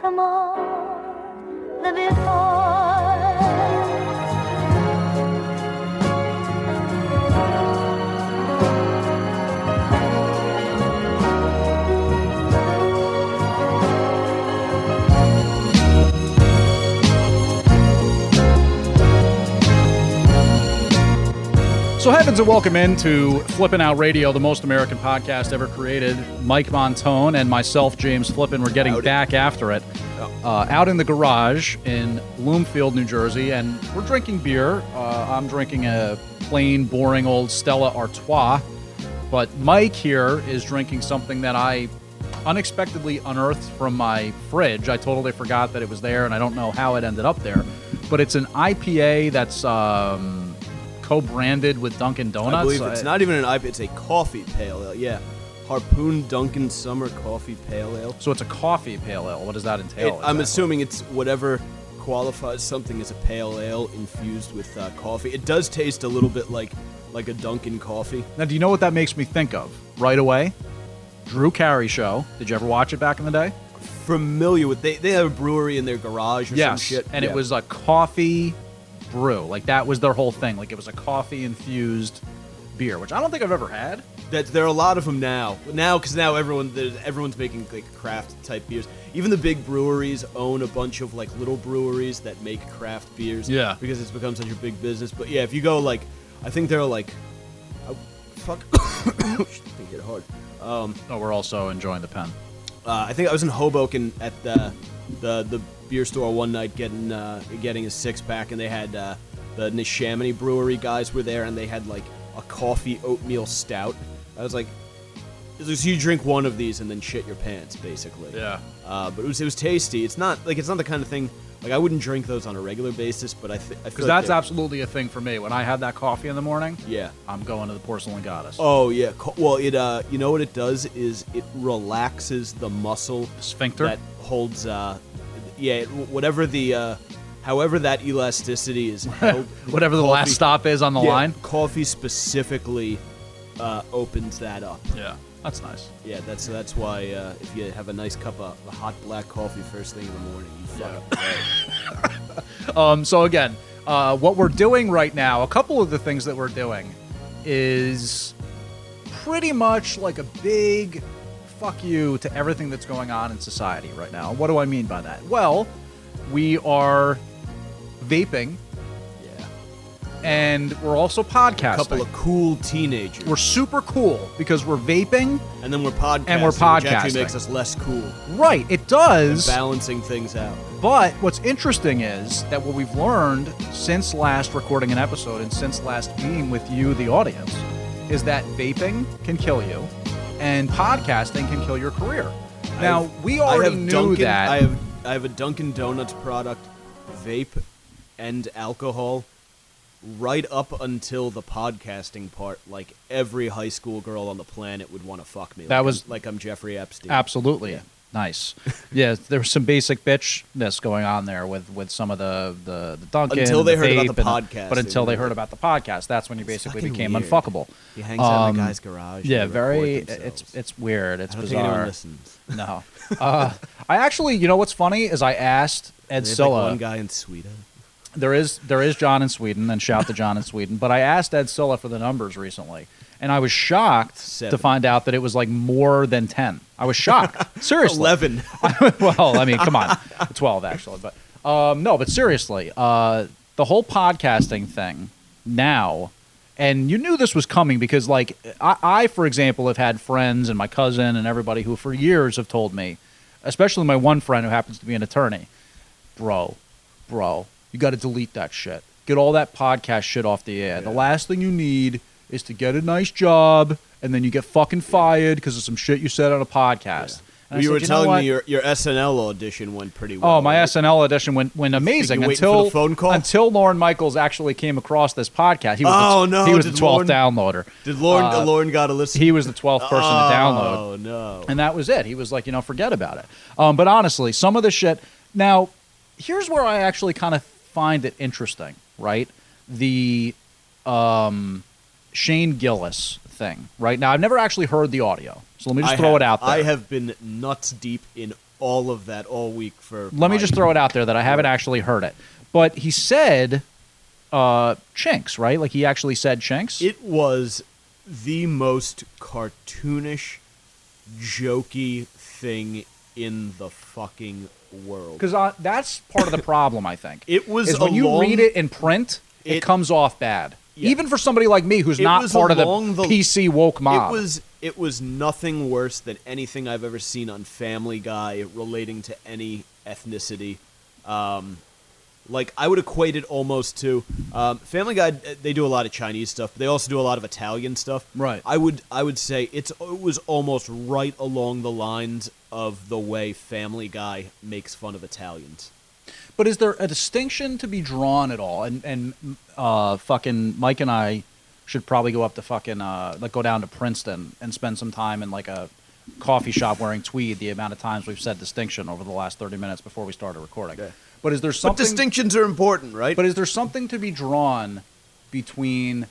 from all the before. So, heavens and welcome into Flippin' Out Radio, the most American podcast ever created. Mike Montone and myself, James Flippin, we're getting back after it. Uh, out in the garage in Bloomfield, New Jersey, and we're drinking beer. Uh, I'm drinking a plain, boring old Stella Artois, but Mike here is drinking something that I unexpectedly unearthed from my fridge. I totally forgot that it was there, and I don't know how it ended up there. But it's an IPA that's um, co-branded with Dunkin' Donuts. I believe Uh, it's not even an IPA. It's a coffee pale ale. Yeah, Harpoon Duncan Summer Coffee Pale Ale. So it's a coffee pale ale. What does that It- entail? I'm exactly? assuming it's whatever qualifies something as a pale ale infused with uh, coffee. It does taste a little bit like like a Dunkin' coffee. Now, do you know what that makes me think of right away? Drew Carey show. Did you ever watch it back in the day? Familiar with they they have a brewery in their garage or some shit. And Yeah. it was a coffee brew. Like that was their whole thing. Like it was a coffee infused beer, which I don't think I've ever had. that there are a lot of them now. Now, because now everyone there's- everyone's making like craft type beers. Even the big breweries own a bunch of like little breweries that make craft beers. Yeah. because it's become such a big business. But yeah, if you go like, I think there are like, I, fuck, think it hard. Oh, we're also enjoying the pen. Uh, I think I was in Hoboken at the the the beer store one night getting uh, getting a six pack, and they had uh, the Neshaminy Brewery guys were there, and they had like a coffee oatmeal stout. I was like, so you drink one of these and then shit your pants, basically. Yeah. Uh, but it was it was tasty. It's not like it's not the kind of thing like I wouldn't drink those on a regular basis, but I, th- I Because feel like that's they're- absolutely a thing for me. When I have that coffee in the morning, yeah. I'm going to the porcelain goddess. Oh yeah. Co- Well, it uh, you know what it does is it relaxes the muscle Sphincter? that holds uh, yeah, it, whatever the uh, however that elasticity is held. Whatever the last coffee- stop is on the yeah, line. Coffee specifically uh, opens that up. Yeah. That's nice. Yeah, that's that's why uh, if you have a nice cup of a hot black coffee first thing in the morning, you fucking Um, so again, uh, what we're doing right now, a couple of the things that we're doing is pretty much like a big fuck you to everything that's going on in society right now. What do I mean by that? Well, we are vaping yeah. and we're also podcasting. A couple of cool teenagers, we're super cool because we're vaping. and then we're podcasting, And we're which podcasting. actually makes us less cool, Right, it does. balancing things out. But what's interesting is that what we've learned since last recording an episode and since last being with you, the audience, is that vaping can kill you and podcasting can kill your career. Now, I've- we already I have knew Dunkin', that. I have I have a Dunkin' Donuts product, vape, and alcohol, right up until the podcasting part. Like every high school girl on the planet would want to fuck me. That like was- I'm, like I'm Jeffrey Epstein. Absolutely. Nice. yeah, there was some basic bitchness going on there with, with some of the the, the Dunkin' Until and they heard about vape the and podcast, But they until they were- heard about the podcast, that's when you basically fucking became weird. unfuckable. He hangs out in the Um, guy's garage. and Yeah, they very. record themselves. It's it's weird. It's I don't bizarre. think anyone listens. No. Uh, I actually, you know what's funny is I asked Ed They have, Silla. like one guy in Sweden. There is there is John in Sweden, and shout to John in Sweden. But I asked Ed Silla for the numbers recently, and I was shocked to Seven. find out that it was like more than ten. I was shocked. Seriously, Eleven. well, I mean, come on, twelve actually, but um, no, but seriously, uh, the whole podcasting thing now, and you knew this was coming because, like, I, I, for example, have had friends and my cousin and everybody who for years have told me, especially my one friend who happens to be an attorney, bro, bro, you got to delete that shit. Get all that podcast shit off the air. The Yeah. last thing you need is to get a nice job and then you get fucking fired because of some shit you said on a podcast. And I you said, were know telling what? me your, your SNL audition went pretty well. Oh, my right? SNL edition went went amazing waiting until for the phone call? until Lauren Michaels actually came across this podcast. He was Oh, the, no, he was the did twelfth downloader. Did Lauren? Uh, Lauren got a listen. He was the twelfth person to download, Oh no. and that was it. He was like, you know, forget about it. Um, but honestly, some of the shit. Now, here's where I actually kind of find it interesting, right? The um, Shane Gillis thing, right? Now, I've never actually heard the audio, so let me just I throw it have- out there. I have been nuts deep in all of that all week for. let me my- just throw it out there that I haven't actually heard it. But he said uh chinks, right? Like he actually said chinks. It was the most cartoonish, jokey thing in the fucking world. Because uh, that's part of the problem, I think. It was is when a you long- read it in print, it, it- comes off bad. Yeah. Even for somebody like me who's It not was part of the, along the- PC woke mob. It was it was nothing worse than anything I've ever seen on Family Guy relating to any ethnicity. Um, like I would equate it almost to um, Family Guy. They do a lot of Chinese stuff, but they also do a lot of Italian stuff. Right. I would I would say it's it was almost right along the lines of the way Family Guy makes fun of Italians. But is there a distinction to be drawn at all? And and uh, fucking Mike and I should probably go up to fucking uh, like go down to Princeton and spend some time in like a coffee shop wearing tweed. The amount of times we've said distinction over the last thirty minutes before we started recording. Yeah. But is there something? but distinctions are important, right? But is there something to be drawn between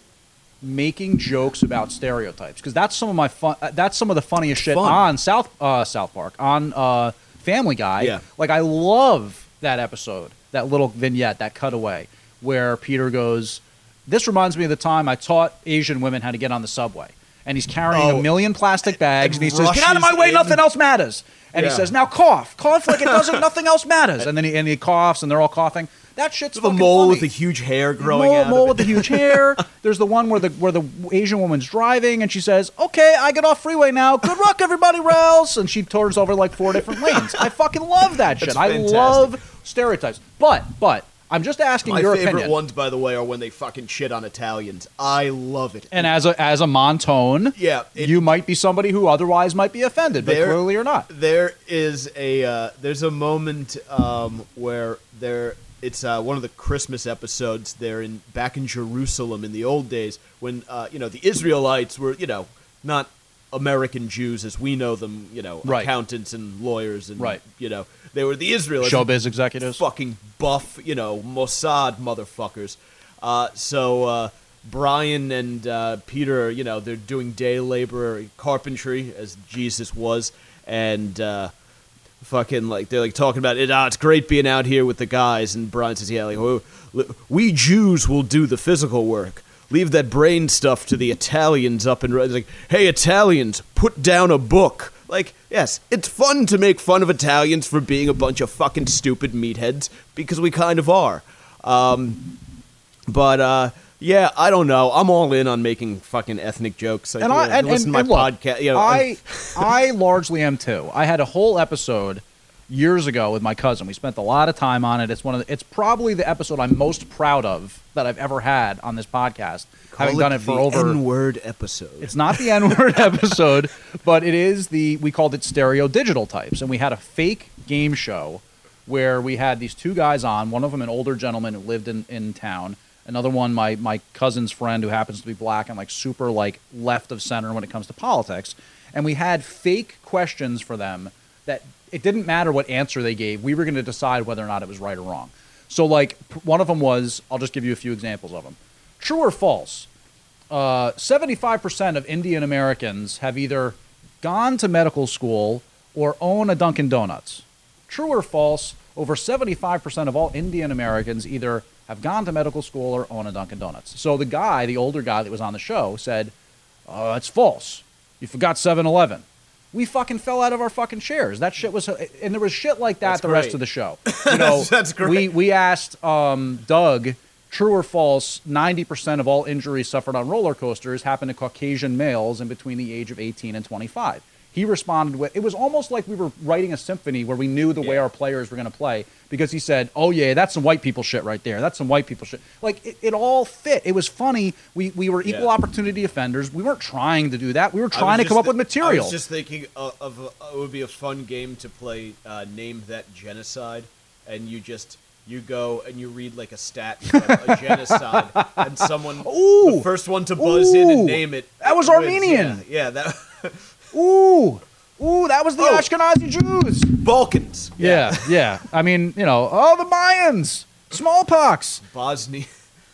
making jokes about stereotypes? Because that's some of my fun. uh, That's some of the funniest shit Fun. on South uh, South Park on uh, Family Guy. Yeah. Like I love that episode, that little vignette, that cutaway where Peter goes. This reminds me of the time I taught Asian women how to get on the subway. And he's carrying Oh. a million plastic bags, and, he says, rushes "Get out of my way! in. Nothing else matters." And he Yeah. says, "Now cough, cough like it doesn't. nothing else matters." And then he and he coughs, and they're all coughing. That shit's the fucking mole with funny the huge hair growing mole, out mole of it. with the huge hair. There's the one where the where the Asian woman's driving and she says, "Okay, I get off freeway now. Good luck, everybody, Ralphs." And she turns over like four different lanes. I fucking love that shit. That's I fantastic. love stereotypes. But but I'm just asking My your favorite opinion. ones, by the way, are when they fucking shit on Italians. I love it. And as a as a Montone, Yeah, it- you might be somebody who otherwise might be offended, but There- clearly you're not. there is a uh, there's a moment um, where there it's uh, one of the Christmas episodes. They're in back in Jerusalem in the old days when uh, you know the Israelites were you know not American Jews as we know them. You know Right. accountants and lawyers and Right. you know they were the Israelites. Showbiz executives. Fucking buff, you know, Mossad motherfuckers. Uh, so uh, Brian and uh, Peter, you know, they're doing day labor carpentry as Jesus was, and uh, fucking like they're like talking about it. Ah, it's great being out here with the guys. And Brian says, yeah, like we, we Jews will do the physical work. Leave that brain stuff to the Italians up and right. Like, hey, Italians, put down a book. Like, yes, it's fun to make fun of Italians for being a bunch of fucking stupid meatheads because we kind of are. Um, but uh, yeah, I don't know. I'm all in on making fucking ethnic jokes. Like, and I you know, and, listen and, to and my look, podcast. You know, I I largely am too. I had a whole episode years ago with my cousin. We spent a lot of time on it. It's one of the, it's probably the episode I'm most proud of that I've ever had on this podcast. having done it for over word episode. it's not the N word episode, but it is the, we called it stereo digital types. And we had a fake game show where we had these two guys on, one of them an older gentleman who lived in, in town, another one, my, my cousin's friend who happens to be black and like super like left of center when it comes to politics. And we had fake questions for them that it didn't matter what answer they gave. We were going to decide whether or not it was right or wrong. So like p- one of them was, I'll just give you a few examples of them. True or false? uh, 75% of Indian Americans have either gone to medical school or own a Dunkin' Donuts. True or false, over 75% of all Indian Americans either have gone to medical school or own a Dunkin' Donuts. So the guy, the older guy that was on the show, said, uh, That's false. You forgot 7 Eleven. We fucking fell out of our fucking chairs. That shit was, and there was shit like that That's the rest great. of the show. You know, That's great. We, we asked um, Doug, true or false, 90% of all injuries suffered on roller coasters happen to Caucasian males in between the age of 18 and 25. He responded with, it was almost like we were writing a symphony where we knew the way Yeah. our players were going to play because he said, oh, yeah, that's some white people shit right there. That's some white people shit. Like, it, it all fit. It was funny. We, we were equal Yeah. opportunity offenders. We weren't trying to do that. We were I trying was to come just up with thi- I material. was just thinking of, of uh, it would be a fun game to play. Uh, Name that genocide, and you just you go and you read like a stat from a genocide, and someone Ooh! the first one to buzz in Ooh! and name it. That was wins. Armenian! Yeah, yeah, that ooh, ooh, that was the Oh. Ashkenazi Jews. Balkans. Yeah, yeah. I mean, you know, oh, the Mayans, smallpox. Bosnia.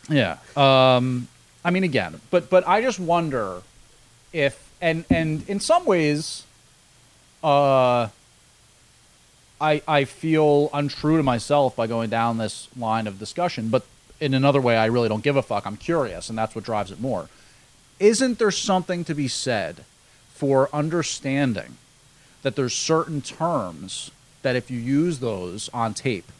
Yeah. Um, I mean, again, but but I just wonder if and and in some ways, uh, I I feel untrue to myself by going down this line of discussion, but in another way, I really don't give a fuck. I'm curious, and that's what drives it more. Isn't there something to be said for understanding that there's certain terms that if you use those on tape,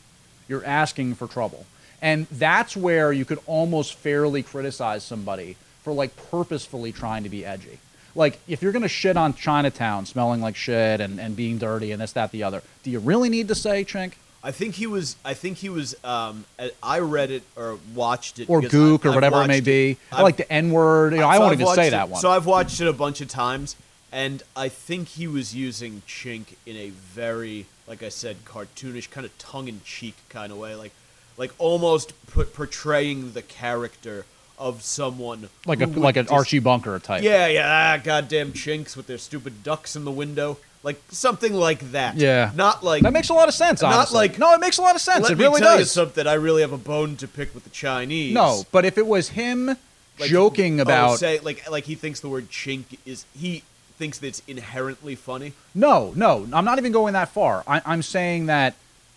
you're asking for trouble. And that's where you could almost fairly criticize somebody for like purposefully trying to be edgy. Like if you're gonna shit on Chinatown smelling like shit and, and being dirty and this, that, the other, do you really need to say chink? I think he was. I think he was. Um, I- I read it or watched it Or because gook or I- I've whatever it may watched be. I I've- like the N word. You know, I So won't I've even say watched that it- one. So I've watched it a bunch of times, and I think he was using chink in a very, like I said, cartoonish kind of tongue-in-cheek kind of way, like, like almost p- portraying the character of someone like a who would like an dis- Archie Bunker type. Yeah, yeah, ah, goddamn chinks with their stupid ducks in the window, like something like that. Yeah. not like That makes a lot of sense. Not honestly. like- no, it makes a lot of sense. Let it me really tell you does. something. I really have a bone to pick with the Chinese. No, but if it was him joking oh, about say like like he thinks the word chink is he thinks that it's inherently funny. No, no, I'm not even going that far. I, I'm saying that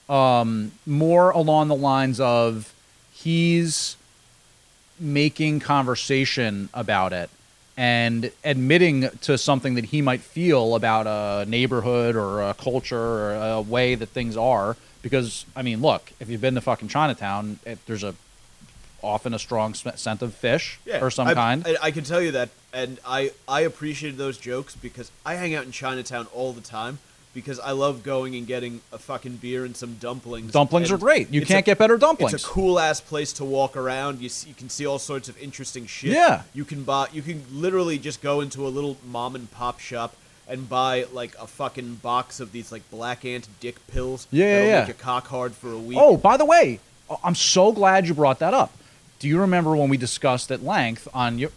um, more along the lines of he's making conversation about it and admitting to something that he might feel about a neighborhood or a culture or a way that things are. Because I mean, look, if you've been to fucking Chinatown, it, there's a often a strong sm- scent of fish Yeah, or some I, kind. I, I can tell you that, and I I appreciated those jokes because I hang out in Chinatown all the time because I love going and getting a fucking beer and some dumplings. dumplings are and great. You it's can't a- get better dumplings. It's a cool ass place to walk around. You see, you can see all sorts of interesting shit. Yeah. You can buy. You can literally just go into a little mom and pop shop and buy like a fucking box of these like black ant dick pills. Yeah, yeah, that'll yeah. Make your cock hard for a week. Oh, by the way, I'm so glad you brought that up. Do you remember when we discussed at length on your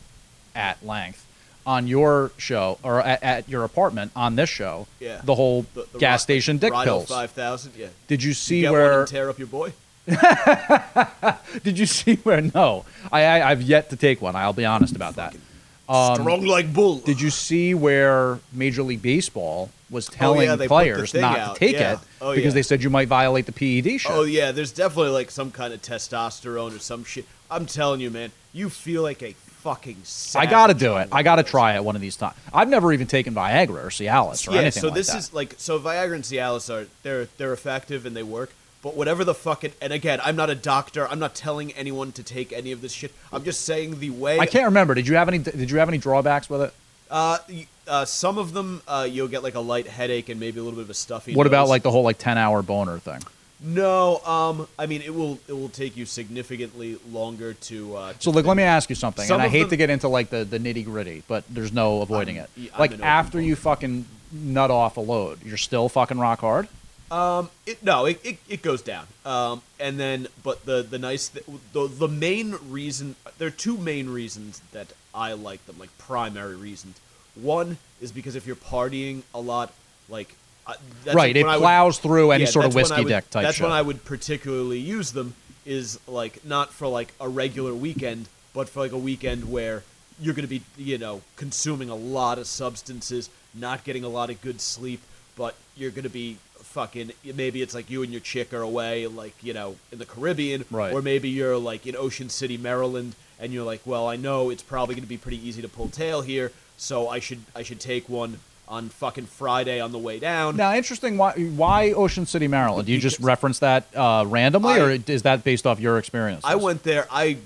at length on your show or at, at your apartment on this show? Yeah. The whole The- the gas Ro- station dick Rhino pills. Five thousand. Yeah. Did you see Get one where? and tear up your boy. Did you see where? No, I, I I've yet to take one. I'll be honest about that. Strong like bull. Um, Did you see where Major League Baseball was telling Oh, yeah, they put the players thing not out. to take Yeah. it Oh, because yeah. they said you might violate the PED shit? Oh yeah, there's definitely like some kind of testosterone or some shit. I'm telling you, man, you feel like a fucking. I gotta savage do on it. one I of gotta those. try it one of these times. I've never even taken Viagra or Cialis or anything so like this that. is like so Viagra and Cialis are they're they're effective and they work. But whatever the fucking and again, I'm not a doctor. I'm not telling anyone to take any of this shit. I'm just saying the way I can't remember. Did you have any? Did you have any drawbacks with it? Uh, y- uh, some of them uh, you'll get like a light headache and maybe a little bit of a stuffy. What about nose. like the whole like ten hour boner thing? No, um, I mean it will it will take you significantly longer to. Uh, So like, let me ask you something, Some and I of hate them- to get into like the the nitty gritty, but there's no avoiding I'm- e, it. I'm like an open after you fucking nut off a load, you're still fucking rock hard. It, no, it, it, it goes down. Um, and then, but the the nice th- the the main reason there are two main reasons that I like them, like primary reasons. One is because if you're partying a lot, like I, that's right, it when I would- plows through any yeah, sort of that's when I whiskey would- deck type. That's shit. when I would particularly use them. Is like not for like a regular weekend, but for like a weekend where you're going to be you know consuming a lot of substances, not getting a lot of good sleep, but you're going to be fucking maybe it's like you and your chick are away like you know in the caribbean Right. or maybe you're like in ocean city maryland and you're like well i know it's probably going to be pretty easy to pull tail here so i should i should take one on fucking friday on the way down Now, interesting. Why, why Ocean City, Maryland? Do you just Because- reference that uh, randomly, I- or is that based off your experience? I went there. I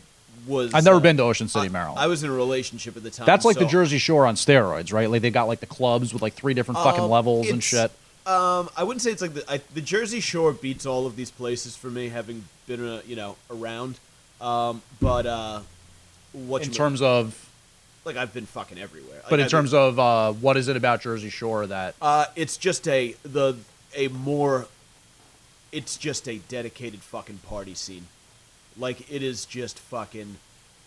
was. I've never uh, been to Ocean City, I- Maryland. I was in a relationship at the time. That's like the Um, so, Jersey Shore on steroids, right? Like they got like the clubs with like three different fucking um, levels and it's- shit. Um, I wouldn't say it's like the I, the Jersey Shore beats all of these places for me, having been uh, you know around. Um, but uh, what In terms of, like I've been fucking everywhere. but in terms of uh, what is it about Jersey Shore that? uh, it's just a the a more. It's just a dedicated fucking party scene. Like it is just fucking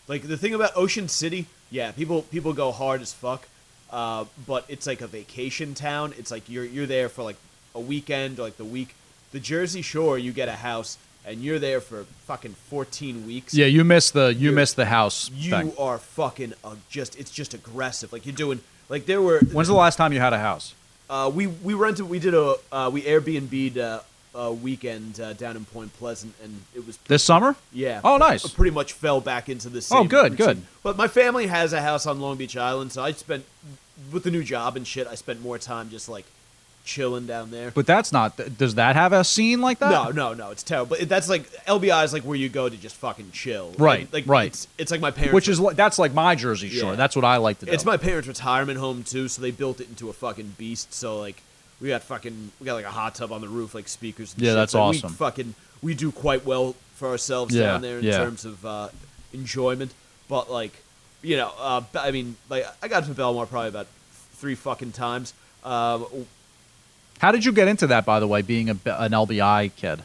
like the thing about Ocean City. Yeah, people people go hard as fuck. Uh, but it's like a vacation town. It's like you're you're there for like a weekend, like the week. The Jersey Shore, you get a house and you're there for fucking 14 weeks. Yeah, you miss the you You- miss the house You thing. are fucking uh, just it's just aggressive. Like you're doing Like there were When's the last time you had a house? uh, we we rented we did a uh, we Airbnb'd uh, a weekend uh, down in Point Pleasant and it was This summer? yeah Oh, nice. pretty much fell back into the same Oh, good, routine. good. but my family has a house on Long Beach Island so I spent with the new job and shit I spent more time just like chilling down there But that's not. th- Does that have a scene like that? no, no, no, it's terrible. It- That's like LBI is like where you go to just fucking chill. Right, And, like, right. It's, it's like my parents. Which is li- that's like my Jersey Shore. Yeah. That's what I like to do. It's my parents' retirement home too, so they built it into a fucking beast. So like, we got fucking, we got like a hot tub on the roof, like speakers. And Yeah, shit. that's Like, awesome. We fucking, we do quite well for ourselves Yeah, down there in yeah. terms of uh, enjoyment. But like, you know, uh, b- I mean, like, I got to Belmar probably about three fucking times. Um, How did you get into that, by the way, being a, an LBI kid?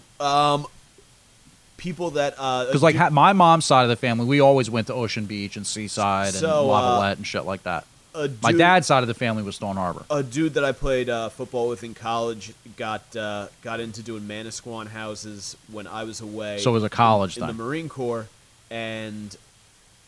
people that uh, Because like ha- my mom's side of the family, we always went to Ocean Beach and Seaside So, and Lavalette uh, and shit like that. a My dude- dad's side of the family was Stone Harbor. a dude that I played uh, football with in college got uh, got into doing Manasquan houses when I was away. So it was a college in the thing. Marine Corps, and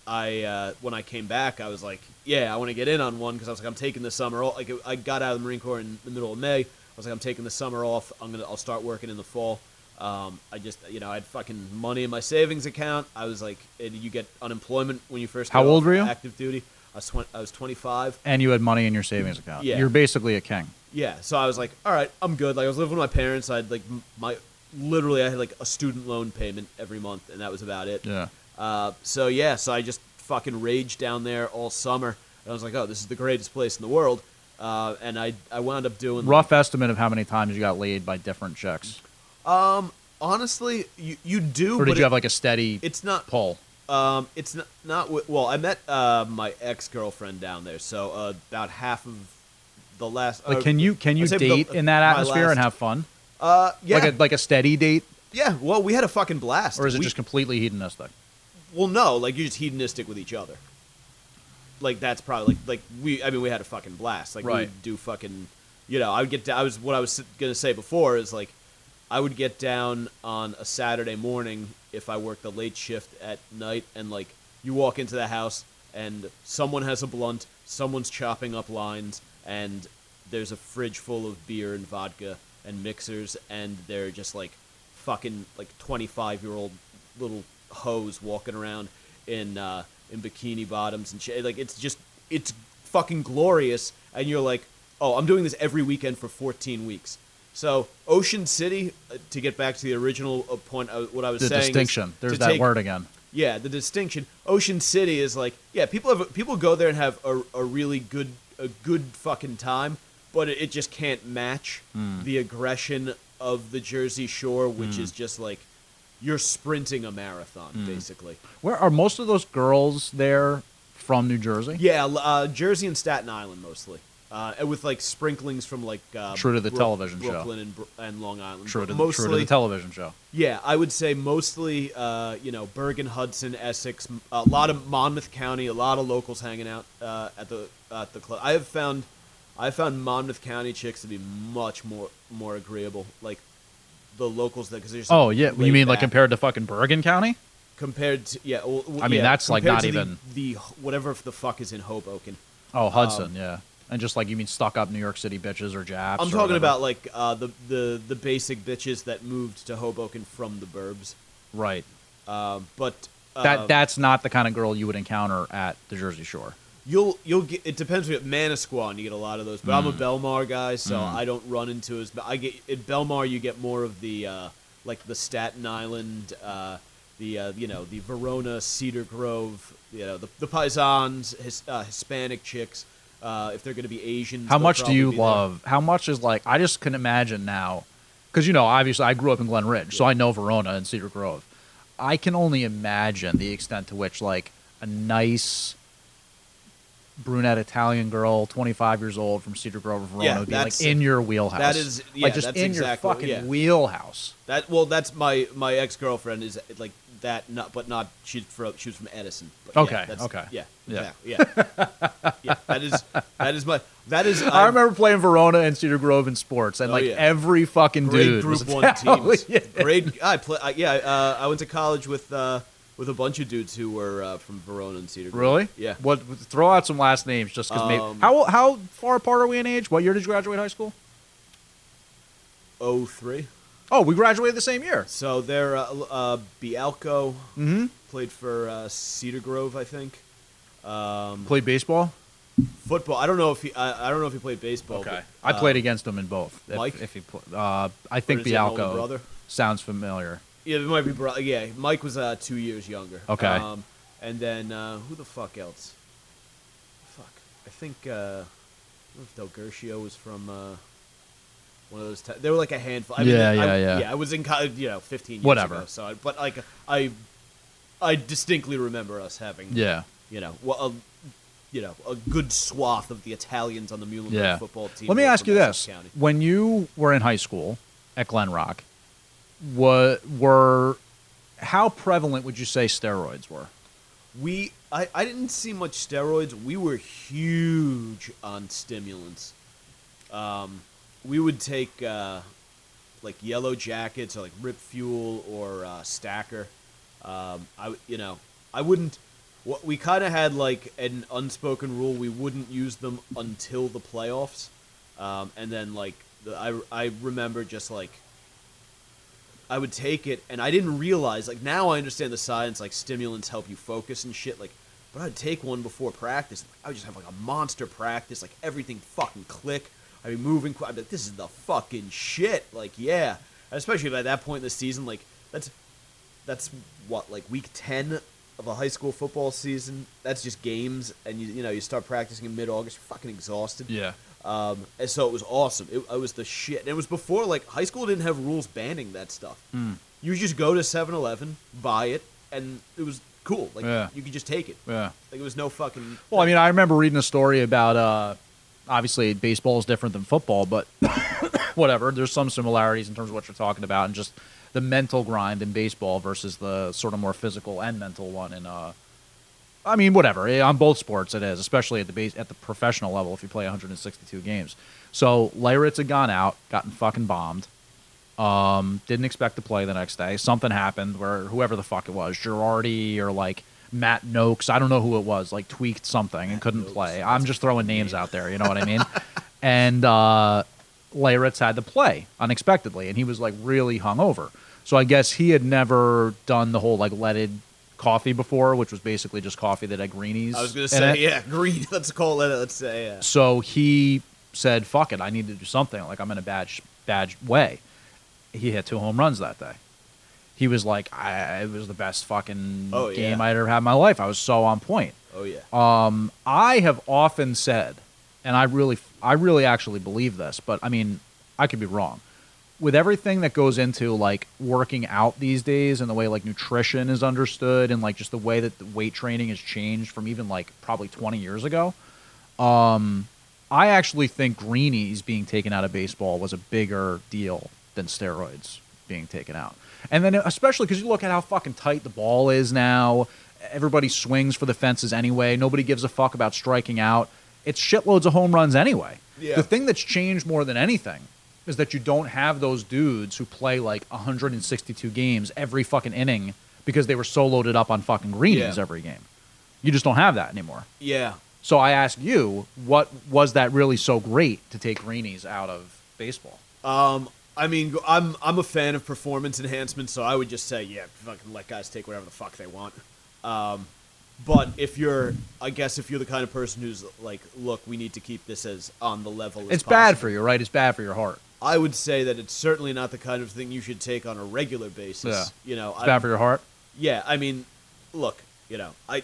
I uh, when I came back, I was like, yeah, I want to get in on one because I was like, I'm taking the summer off. Like I got out of the Marine Corps in the middle of May. I was like, I'm taking the summer off. I'm gonna I'll start working in the fall. Um, I just you know I had fucking money in my savings account. I was like, and you get unemployment when you first How go old were you? active duty. I was twen- I was 25. and you had money in your savings account. Yeah. You're basically a king. Yeah, so I was like, all right, I'm good. Like I was living with my parents. I had like m- my literally I had like a student loan payment every month, and that was about it. Yeah. Uh, so yeah, so I just fucking raged down there all summer, and I was like, oh, this is the greatest place in the world. Uh, and I I wound up doing Rough estimate of how many times you got laid by different chicks, Honestly, you you do. or did but you it- have like a steady It's not pull? Um, it's not, not wi- well. I met uh, my ex girlfriend down there, so uh, about half of the last. Like, uh, can you can you I'd say the- date in that my atmosphere and last- have fun? Uh, yeah, Like a like a steady date, yeah. Well, we had a fucking blast. or is it We- just completely hedonistic? Well, no, like you're just hedonistic with each other. Like that's probably like like we. I mean, we had a fucking blast. Like Right. we'd do fucking. You know, I would get. down I was what I was gonna say before is like, I would get down on a Saturday morning if I worked the late shift at night, and like you walk into the house and someone has a blunt, someone's chopping up lines, and there's a fridge full of beer and vodka and mixers, and they're just like fucking like 25 year old little hoes walking around in uh, in bikini bottoms and shit. Like it's just it's fucking glorious, and you're like, oh, I'm doing this every weekend for 14 weeks. So Ocean City, uh, to get back to the original uh, point, uh, what I was The saying, is distinction. to There's that take- word again. yeah, the distinction. Ocean City is like, yeah, people have people go there and have a, a really good a good fucking time, but it, it just can't match Hmm. the aggression of the Jersey Shore, which is just like you're sprinting a marathon Hmm. basically. Where are most of those girls there from New Jersey? Yeah, l- uh, Jersey and Staten Island mostly. Uh, and with like sprinklings from like uh, True to the television show. Brooklyn and, Bro- and Long Island. True to, the, mostly, true to the television show. Yeah, I would say mostly, uh, you know, Bergen, Hudson, Essex, m- a lot of Monmouth County, a lot of locals hanging out uh, at the at the club. I have found, I have found Monmouth County chicks to be much more more agreeable, like the locals there, because they're just Oh yeah, you laid mean like back. compared to fucking Bergen County? compared to yeah. Well, well, I mean, yeah, that's, like, compared not to the- even- the whatever the fuck is in Hoboken. Oh Hudson, yeah. And just like you mean stuck up New York City bitches or Japs? I'm or talking whatever. about like uh, the the the basic bitches that moved to Hoboken from the burbs, right. uh, but. Uh, That that's not the kind of girl you would encounter at the Jersey Shore. You'll you'll get it depends what Manasquan you get a lot of those, but Mm. I'm a Belmar guy, so I don't run into as I get at Belmar you get more of the uh, like the Staten Island, uh, the uh, you know the Verona, Cedar Grove, you know the the paisans, his, uh, Hispanic chicks. Uh, if they're going to be Asians, How they'll much do probably you be there. love? How much is like I just can imagine now, because you know obviously I grew up in Glen Ridge, so I know Verona and Cedar Grove. I can only imagine the extent to which like a nice brunette Italian girl, 25 years old from Cedar Grove, Verona, Yeah, would be like that's- in your wheelhouse. that is- yeah, like just that's in exactly- your fucking yeah. wheelhouse. That well, that's my my ex girlfriend is like that, not but not she's from she was from Edison. But Okay, yeah, that's- okay. yeah, Yeah. yeah, yeah. Yeah, That is that is my that is I remember playing Verona and Cedar Grove in sports, and Oh, like yeah. every fucking grade dude group was one Oh, teams. yeah. Grade I play I, yeah. Uh, I went to college with uh, with a bunch of dudes who were uh, from Verona and Cedar Grove. Really? Yeah. What? Throw out some last names, just because. maybe Um, how how far apart are we in age? What year did you graduate high school? Oh three. Oh, we graduated the same year. So they're uh, l- uh, Bialko Mm-hmm. played for uh, Cedar Grove, I think. Um, Played baseball. football. I don't know if he. I, I don't know if he played baseball. I but, uh, played against him in both. If- Mike? if, he, pl- uh, I think is he an older Bialko brother? sounds familiar. Yeah, it might be. Bro- yeah, Mike was uh, two years younger. Okay. Um, and then uh, who the fuck else? Fuck. I think uh, I don't know if Delgertio was from uh, one of those. T- they were like a handful. I mean, Yeah, I, yeah, yeah. I was in college. You know, fifteen. years Whatever. ago, so, I, but like, I, I distinctly remember us having. Yeah. You know, wha- a, you know, a good swath of the Italians on the Muhlenberg Yeah. football team. Let me were ask from you Essex this: County. When you were in high school at Glen Rock, what were how prevalent would you say steroids were? We, I, I didn't see much steroids. We were huge on stimulants. Um, we would take uh, like yellow jackets or like Rip Fuel or uh, Stacker. Um, I, w- you know, I wouldn't. What we kind of had like an unspoken rule: we wouldn't use them until the playoffs, um, and then like the, I, I remember just like I would take it, and I didn't realize. Like now, I understand the science. Like stimulants help you focus and shit. Like, but I'd take one before practice. I would just have like a monster practice. Like everything fucking click. I'd be moving. qu- I'd be like, this is the fucking shit. Like yeah, especially by that point in the season. Like that's that's what like week 10 of a high school football season that's just games and you, you know you start practicing in mid-august you're fucking exhausted Yeah. um, and so it was awesome it, it was the shit and it was before like high school didn't have rules banning that stuff Hmm. you just go to 7-eleven buy it and it was cool like Yeah. you could just take it Yeah. like it was no fucking Well, I mean, I remember reading a story about uh, obviously baseball is different than football, but whatever. There's some similarities in terms of what you're talking about and just the mental grind in baseball versus the sort of more physical and mental one in uh, I mean, whatever. eh, On both sports, it is, especially at the base, at the professional level. If you play 162 games, so Leyritz had gone out, gotten fucking bombed. Um, didn't expect to play the next day. Something happened where whoever the fuck it was, Girardi or like Matt Noakes, I don't know who it was, like tweaked something and couldn't Noakes. play. I'm just throwing names out there. You know what I mean? and uh, Leyritz had to play unexpectedly, and he was like really hungover. So I guess he had never done the whole like leaded coffee before, which was basically just coffee that had greenies. i was in gonna say it. yeah green let's call it let's say yeah So he said, "Fuck it, I need to do something. Like I'm in a bad, sh- bad way." He hit two home runs that day. He was like, I, "It was the best fucking Oh, yeah. game I'd ever had in my life. I was so on point." oh yeah Um, I have often said, and I really, I really actually believe this, but I mean, I could be wrong. With everything that goes into like working out these days and the way like nutrition is understood and like just the way that the weight training has changed from even like probably 20 years ago, um, I actually think greenies being taken out of baseball was a bigger deal than steroids being taken out. And then especially because you look at how fucking tight the ball is now. Everybody swings for the fences anyway. Nobody gives a fuck about striking out. It's shitloads of home runs anyway. Yeah. The thing that's changed more than anything is that you don't have those dudes who play like 162 games every fucking inning because they were so loaded up on fucking greenies Yeah. every game. You just don't have that anymore. yeah So I ask you, what was that really so great to take greenies out of baseball? Um, I mean, I'm I'm a fan of performance enhancement, so I would just say, yeah, fucking let guys take whatever the fuck they want. Um, but if you're, I guess, if you're the kind of person who's like, look, we need to keep this as on the level. As It's bad possible," for you, right? It's bad for your heart. I would say that it's certainly not the kind of thing you should take on a regular basis. Yeah. You know, It's I- bad for your heart. yeah, I mean, look, you know, I,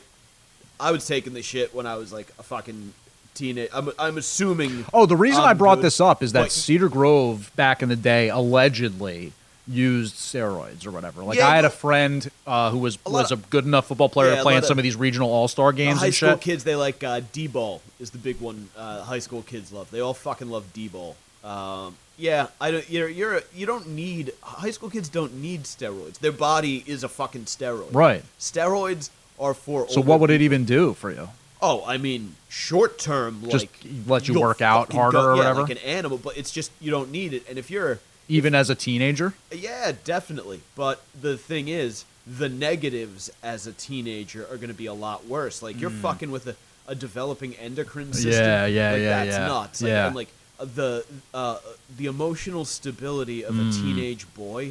I was taking this shit when I was like a fucking teenage. I'm, I'm assuming. Oh, the reason i I'm brought good, this up is that but- Cedar Grove back in the day allegedly used steroids or whatever. Like Yeah, I had a but- friend uh, who was A lot was a of- good enough football player Yeah, to a play in lot of- some of these regional all star games high and school shit. kids they like uh, d-ball is the big one uh, high school kids love they all fucking love d-ball um, yeah i don't you're, you're you don't need high school kids don't need steroids their body is a fucking steroid Right. steroids are for So what would it even do for you? oh i mean short term Just like let you you'll work out fucking harder go- or yeah, whatever? like an animal but it's just you don't need it and if you're Even as a teenager? yeah, definitely. But the thing is, the negatives as a teenager are going to be a lot worse. Like you're fucking with a, a developing endocrine system. Mm. Yeah, yeah, like, yeah, That's yeah. nuts. Like, Yeah. And like uh, the uh, the emotional stability of Mm. a teenage boy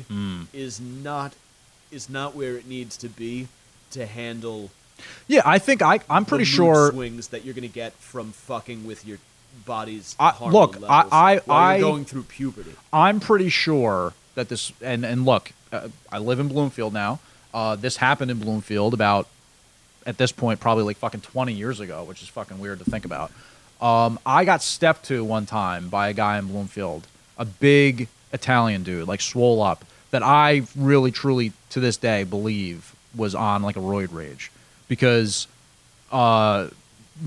is not is not where it needs to be to handle Yeah, I think I, I'm the pretty mood sure. swings that you're going to get from fucking with your body's I- hormone look, I- levels I- while I- you're going through puberty. I'm pretty sure that this and and look, uh, I live in Bloomfield now. Uh, this happened in Bloomfield about at this point probably like fucking 20 years ago, which is fucking weird to think about. Um, I got stepped to one time by a guy in Bloomfield, a big Italian dude, like swole up, that I really truly to this day believe was on like a roid rage because uh,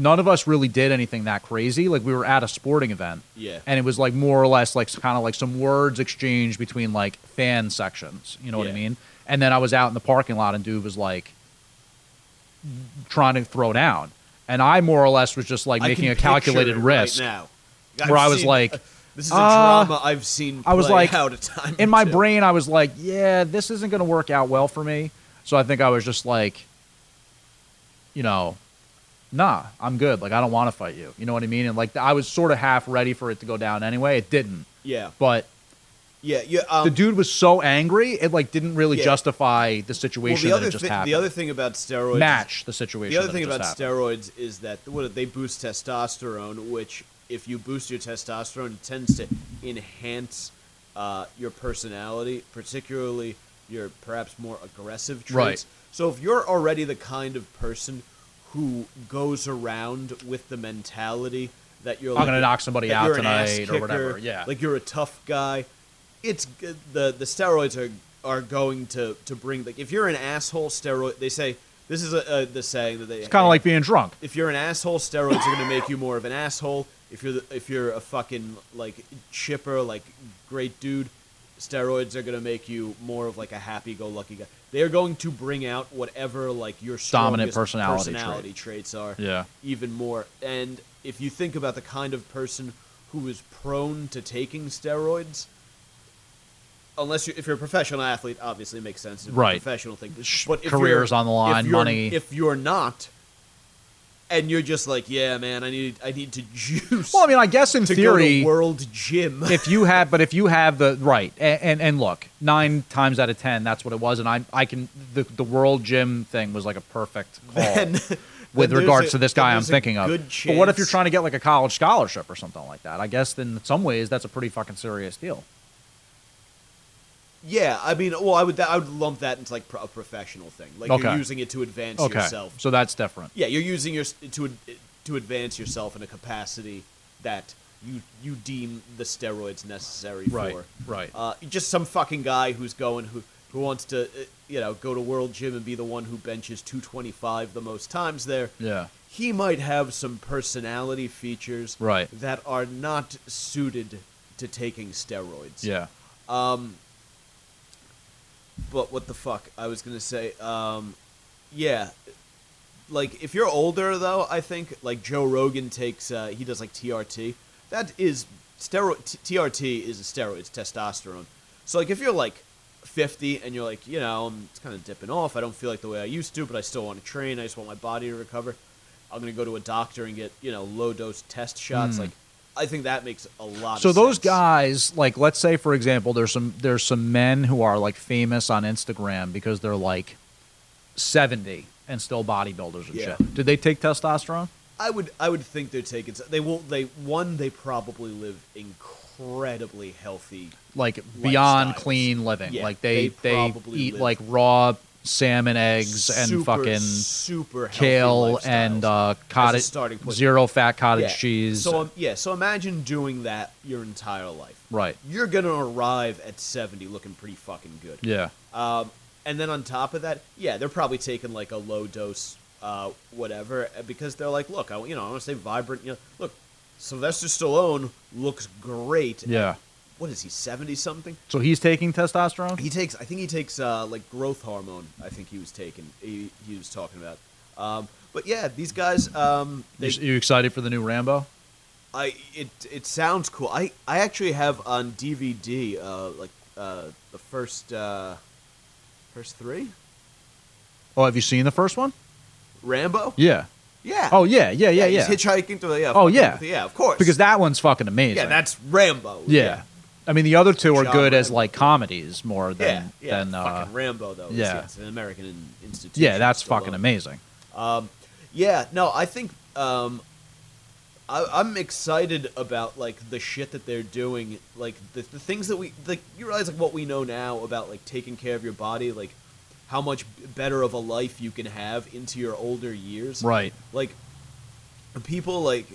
none of us really did anything that crazy. Like we were at a sporting event, Yeah. and it was like more or less like kind of like some words exchanged between like fan sections. You know what I Yeah. mean? And then I was out in the parking lot, and dude was like trying to throw down, and I more or less was just like I making can a calculated picture it risk. right now. Where I was seen- like, "This is a uh, drama I've seen." I was play like, out a time in or my two." brain, I was like, yeah, this isn't going to work out well for me. So I think I was just like, you know, nah, I'm good. Like, I don't want to fight you. You know what I mean? And like, I was sort of half ready for it to go down anyway. It didn't. Yeah, But yeah, yeah. Um, the dude was so angry, it like didn't really Yeah. justify the well, situation the that other it just thi- happened. the other thing about steroids, is- match the situation. the other that it thing just about happened. steroids is that what they boost testosterone, which if you boost your testosterone, it tends to enhance uh, your personality, particularly your perhaps more aggressive traits. Right. So if you're already the kind of person who goes around with the mentality that you're I'm like, gonna knock somebody that out you're an ass tonight or whatever, kicker, yeah. like you're a tough guy. It's g- the the steroids are are going to to bring like if you're an asshole steroid. They say this is a, a the saying that they It's kind of like being drunk. if you're an asshole, steroids are gonna make you more of an asshole. If you're the, if you're a fucking like chipper, like great dude, steroids are gonna make you more of like a happy-go-lucky guy. They are going to bring out whatever like your Dominant strongest personality trait. personality traits are. Yeah. even more. And if you think about the kind of person who is prone to taking steroids. Unless you, if you're a professional athlete, obviously it makes sense. It's a Right. professional thing. Sh- But if careers you're- on the line, if you're- money. If you're not, and you're just like, yeah, man, I need I need to juice. Well, I mean, I guess in to go theory, to World Gym. if you have but if you have the right and, and and look nine times out of ten that's what it was and i i can the the world gym thing was like a perfect call Then- with then there's regards a- to this then guy i'm there's a thinking of good but what if you're chance- trying to get like a college scholarship or something like that i guess then in some ways that's a pretty fucking serious deal yeah, I mean, well, I would I would lump that into like pro- a professional thing. Like Okay. you're using it to advance okay yourself. so that's different Yeah, you're using your to ad- to advance yourself in a capacity that you you deem the steroids necessary Right, for. right. Uh, just some fucking guy who's going who who wants to uh, you know go to World Gym and be the one who benches 225 the most times there. Yeah. He might have some personality features Right. that are not suited to taking steroids. yeah But what the fuck? I was gonna say, um, yeah. Like if you're older though, I think like Joe Rogan takes uh, he does like TRT. That is steroid. T- TRT is a steroid. It's testosterone. So like if you're like 50 and you're like you know I'm it's kind of dipping off. I don't feel like the way I used to, but I still want to train. I just want my body to recover. I'm gonna go to a doctor and get you know low dose test shots. Like I think that makes a lot. Hmm. so of those sense. guys like let's say for example there's some there's some men who are like famous on instagram because they're like 70 and still bodybuilders and Yeah. shit did they take testosterone I would I would think they're taking s- they won't they one they probably live incredibly healthy. like beyond Lifestyles. clean living. Yeah, like they they they, probably eat live like raw salmon eggs and super, fucking super healthy kale lifestyles. and uh, cottage starting point. zero fat cottage Yeah. cheese. So um, yeah, so imagine doing that your entire life. right. You're going to arrive at 70 looking pretty fucking good. Yeah. Um, and then on top of that, yeah, they're probably taking like a low dose, uh, whatever, uh, because they're like, look, I you know I want to stay vibrant. You know, look, Sylvester Stallone looks great. at- Yeah. what is he 70 something? So he's taking testosterone. He takes, I think he takes uh, like growth hormone. I think he was taking. He, he was talking about. Um, but yeah, these guys. Um, You they, s- you excited for the new Rambo? I it it sounds cool. I I actually have on DVD uh, like uh, the first uh, first three. Oh, have you seen the first one? Rambo? Yeah. Yeah. Oh yeah, yeah, yeah, yeah. He's hitchhiking through the yeah. oh fucking- yeah, Yeah, of course. Because that one's fucking amazing. yeah, that's Rambo. yeah. I mean, the other two are John good as Rambo. like comedies more Yeah. Yeah. than yeah. than uh, fucking Rambo though. It's- yeah. it's an American in- institution. yeah. That's Stallone. fucking amazing. Yeah, no, I think um, I, I'm excited about like the shit that they're doing, like the, the things that we like. You realize like what we know now about like taking care of your body, like how much better of a life you can have into your older years, Right. Like people like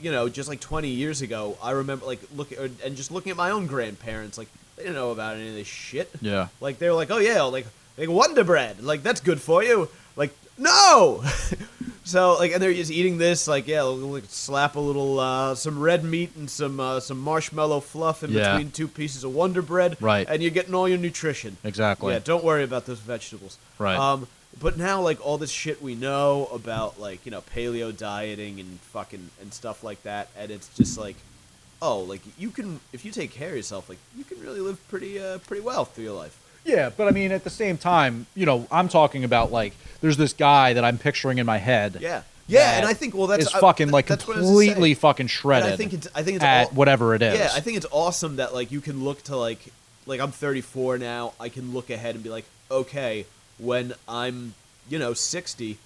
you know just like 20 years ago i remember like look or, and just looking at my own grandparents like they didn't know about any of this shit Yeah. like they're like, oh yeah, like like Wonder Bread, like that's good for you. Like no. so like, and they're just eating this. Like yeah, we'll, like, slap a little uh, some red meat and some uh, some marshmallow fluff in Yeah. between two pieces of Wonder Bread. Right. And you're getting all your nutrition. Exactly. Yeah. Don't worry about those vegetables. Right. Um. But now, like all this shit we know about, like you know, paleo dieting and fucking and stuff like that, and it's just like, oh, like you can if you take care of yourself, like you can really live pretty, uh, pretty well through your life. Yeah, but I mean, at the same time, you know, I'm talking about like there's this guy that I'm picturing in my head. Yeah. Yeah, that and I think well that's is I- fucking th- like that's what I was gonna say. completely fucking And shredded. I think it's I think it's at all, whatever it is. Yeah, I think it's awesome that like you can look to like like I'm 34 now. I can look ahead and be like, okay, when I'm you know 60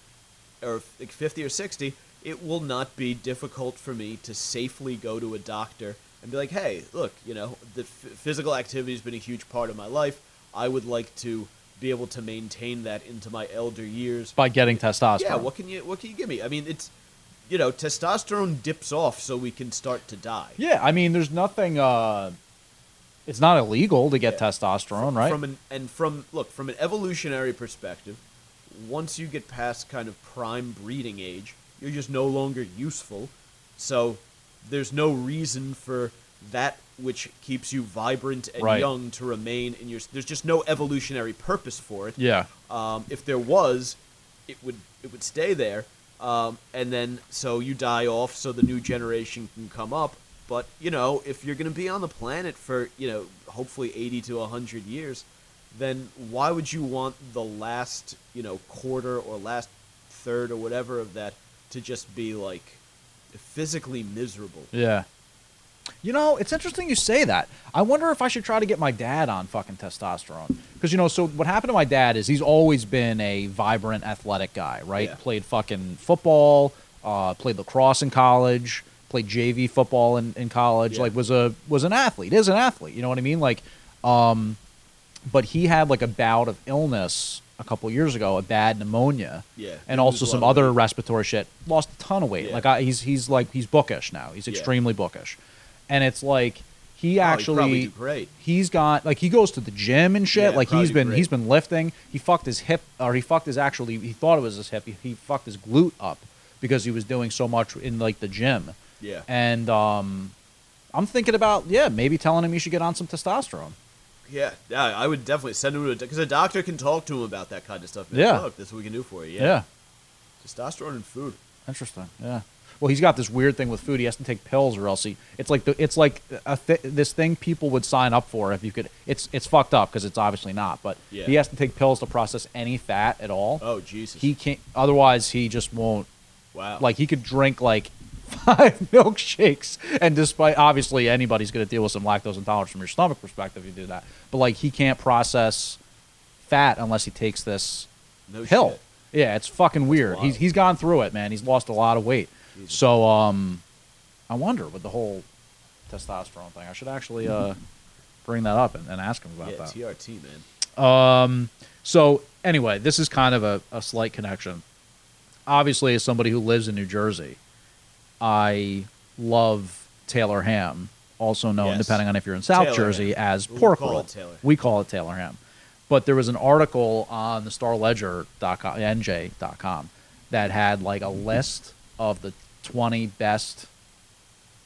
or like 50 or 60, it will not be difficult for me to safely go to a doctor and be like, hey, look, you know, the f- physical activity has been a huge part of my life. I would like to be able to maintain that into my elder years by getting testosterone. yeah, what can you what can you give me? I mean, it's you know, testosterone dips off so we can start to die. Yeah, I mean, there's nothing. uh It's not illegal to get Yeah. testosterone, right? From an and from look, from an evolutionary perspective, once you get past kind of prime breeding age, you're just no longer useful. So there's no reason for that which keeps you vibrant and Right. young to remain in your there's just no evolutionary purpose for it. yeah, Um, if there was, it would it would stay there, um, and then so you die off, so the new generation can come up. But you know, if you're going to be on the planet for you know hopefully 80 to 100 years, then why would you want the last you know quarter or last third or whatever of that to just be like physically miserable? yeah. You know, it's interesting you say that. I wonder if I should try to get my dad on fucking testosterone. Because, you know, so what happened to my dad is he's always been a vibrant, athletic guy, right? Yeah. Played fucking football, uh, played lacrosse in college, played JV football in, in college, Yeah. like was a was an athlete, is an athlete, you know what I mean? Like um, but he had like a bout of illness a couple years ago, a bad pneumonia, Yeah, and you also lose a some lot of other weight. respiratory shit. Lost a ton of weight. Yeah. Like I, he's he's like he's bookish now. He's Yeah. Oh, extremely bookish, and it's like he probably actually do great. He's got like he goes to the gym and shit. Yeah, like probably he's do been great. he's been lifting. He fucked his hip or he fucked his actually he thought it was his hip. He, he fucked his glute up because he was doing so much in like the gym. Yeah. And um, I'm thinking about yeah maybe telling him you should get on some testosterone. Yeah, yeah, I would definitely send him to a because a doctor can talk to him about that kind of stuff. Be like, Yeah. look, this is what we can do for you. yeah. testosterone and food. Interesting. Yeah. Well, he's got this weird thing with food. He has to take pills, or else he. It's like the, it's like a th- this thing people would sign up for if you could. It's it's fucked up because it's obviously not. But Yeah. he has to take pills to process any fat at all. Oh Jesus! He can't. Otherwise, he just won't. wow. Like he could drink like five milkshakes, and despite obviously anybody's going to deal with some lactose intolerance from your stomach perspective if you do that. But like he can't process fat unless he takes this no pill. shit. Yeah, it's fucking weird. wild. He's he's gone through it, man. He's lost a lot of weight. Jesus. So um, I wonder with the whole testosterone thing. I should actually uh bring that up and, and ask him about Yeah, that. TRT man. So anyway, this is kind of a, a slight connection. Obviously, as somebody who lives in New Jersey, I love Taylor Ham, also known, Yes. depending on if you're in South Taylor Jersey, Ham. as We pork call it roll. Taylor. We call it Taylor Ham. But there was an article on the Star Ledger dot NJ.com that had like a list of the 20 best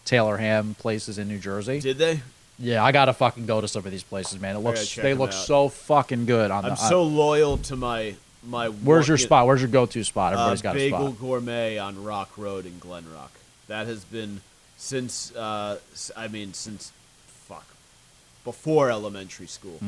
Taylor Ham places in New Jersey. Did they? Yeah, I gotta fucking go to some of these places, man. It gotta looks check they 'em look out. so fucking good. On I'm the, so loyal to my my. Where's one- your you- spot? Where's your go-to spot? uh, Everybody's got a Bagel spot. Gourmet on Rock Road in Glen Rock. That has been since Hmm. uh, s- I mean since fuck before elementary school.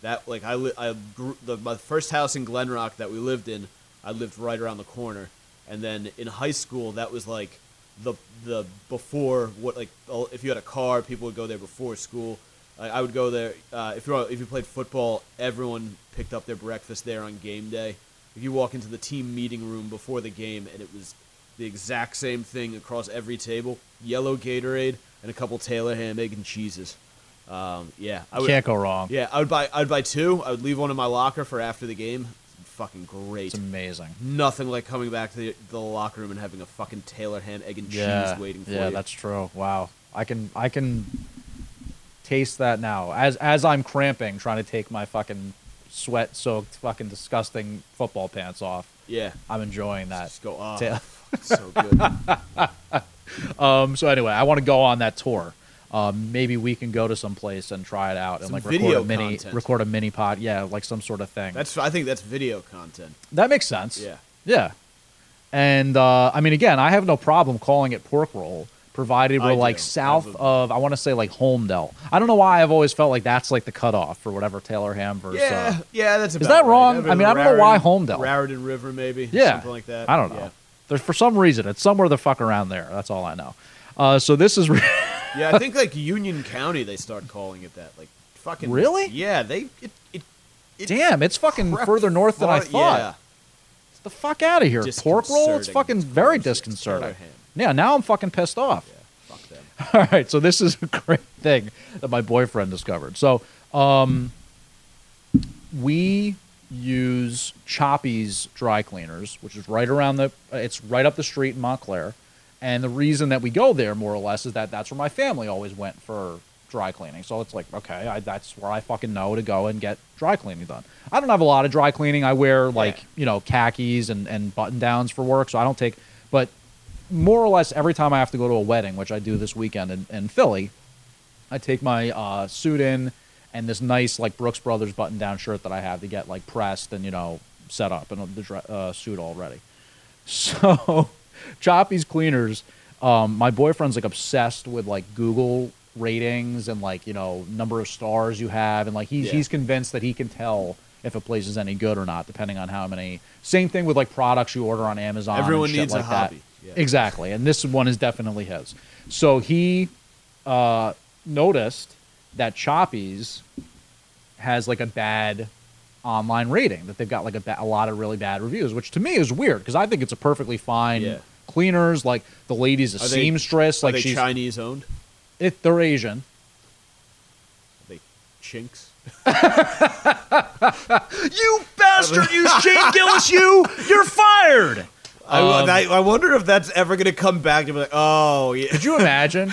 That like I li- I grew, the, my first house in Glen Rock that we lived in, I lived right around the corner, and then in high school that was like the the before what like oh, if you had a car people would go there before school. I, I would go there uh, if you were- if you played football everyone picked up their breakfast there on game day. If you walk into the team meeting room before the game and it was the exact same thing across every table: yellow Gatorade and a couple Taylor ham, egg, and cheeses. Um, yeah, I would, Can't go wrong. yeah, I would buy. I'd buy two. I would leave one in my locker for after the game. Fucking great. It's amazing. Nothing like coming back to the, the locker room and having a fucking Taylor ham, egg, and cheese yeah, waiting for yeah, you. that's true. Wow, I can I can taste that now. As as I'm cramping, trying to take my fucking sweat soaked, fucking disgusting football pants off. yeah. I'm enjoying that. Just go. Oh, Ta- it's so good. Um. So anyway, I want to go on that tour. Um. Maybe we can go to some place and try it out and Some like video record a mini content. record a mini pod. Yeah, like some sort of thing. That's. I think that's video content. That makes sense. Yeah. Yeah. And uh, I mean, again, I have no problem calling it pork roll, provided we're I like do. south Absolutely. of, I want to say like Holmdel. I don't know why I've always felt like that's like the cutoff for whatever Taylor Ham versus. Yeah. Uh, yeah. That's. About that right. wrong? Every- I mean, I don't know why Raritan- Holmdel. Raritan River, maybe. yeah. Something like that. I don't know. Yeah. There's for some reason it's somewhere the fuck around there. That's all I know. Uh, so this is. Re- Yeah, I think like Union County, they start calling it that. Like fucking Really? Yeah, they it it, it Damn, it's fucking crept further north than I far- thought. Yeah, Get the fuck out of here. Pork roll? It's Disconcerting. fucking very It's disconcerting. Taylor Ham. Yeah, now I'm fucking pissed off. yeah, fuck them. All right, so this is a great thing that my boyfriend discovered. So, um, we use Choppy's dry cleaners, which is right around the. uh, It's right up the street in Montclair, and the reason that we go there more or less is that that's where my family always went for dry cleaning. So it's like, okay, I, that's where I fucking know to go and get dry cleaning done. I don't have a lot of dry cleaning. I wear like you know khakis and and button downs for work, so I don't take. But more or less every time I have to go to a wedding, which I do this weekend in, in Philly, I take my uh, suit in and this nice like Brooks Brothers button down shirt that I have to get like pressed and you know set up and the dre- uh, suit already. So Choppy's cleaners. Um, my boyfriend's like obsessed with like Google ratings and like you know number of stars you have and like he's Yeah. he's convinced that he can tell if a place is any good or not depending on how many. Same thing with like products you order on Amazon. and Everyone shit needs a like that. hobby. Yeah. Exactly, and this one is definitely his. So he uh, noticed that Choppies has like a bad online rating that they've got like a, ba- a lot of really bad reviews, which to me is weird because I think it's a perfectly fine Yeah. cleaners. Like the lady's a Are they- seamstress, Are like they she's Chinese owned? Are if they're Asian. they chinks? You bastard! You Shane Gillis! You you're fired. I, Um, I, I wonder if that's ever gonna come back to be like, oh yeah. Could you imagine?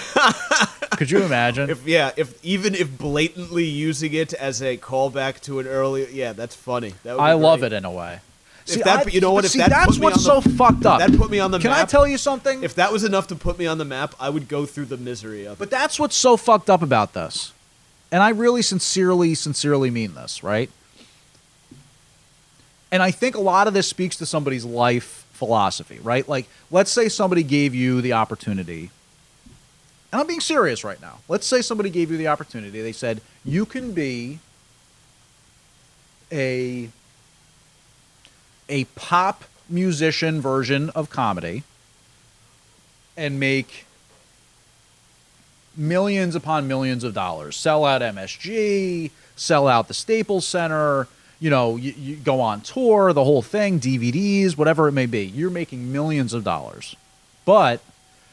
Could you imagine? If yeah, if even if blatantly using it as a callback to an earlier, yeah, that's funny. That would be I love great. it in a way. If that- I- you know what, if see, that that's put me what's on the- so fucked up. that put me on the Can I map. tell you something? If that was enough to put me on the map, I would go through the misery of But it. that's what's so fucked up about this. And I really sincerely, sincerely mean this, right? And I think a lot of this speaks to somebody's life philosophy, right? Like, let's say somebody gave you the opportunity, and I'm being serious right now. Let's say somebody gave you the opportunity. They said, you can be a, a pop musician version of comedy and make millions upon millions of dollars. Sell out MSG, sell out the Staples Center, you know, you, you go on tour, the whole thing, DVDs, whatever it may be. You're making millions of dollars. But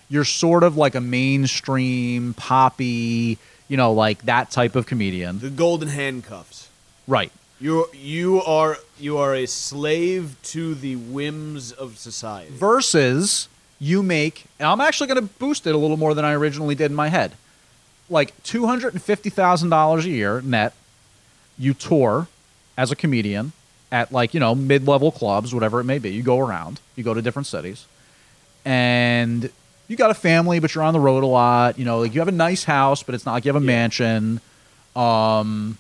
you're sort of like a mainstream, poppy, you know, like that type of comedian. The golden handcuffs. Right. You you are you are a slave to the whims of society. versus you make and i'm actually going to boost it a little more than i originally did in my head like $250000 a year net you tour as a comedian at like you know mid-level clubs whatever it may be you go around you go to different cities and you got a family but you're on the road a lot you know like you have a nice house but it's not like you have a mansion um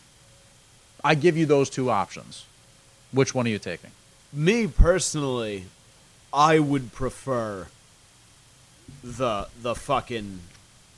i give you those two options which one are you taking Me personally, I would prefer the the fucking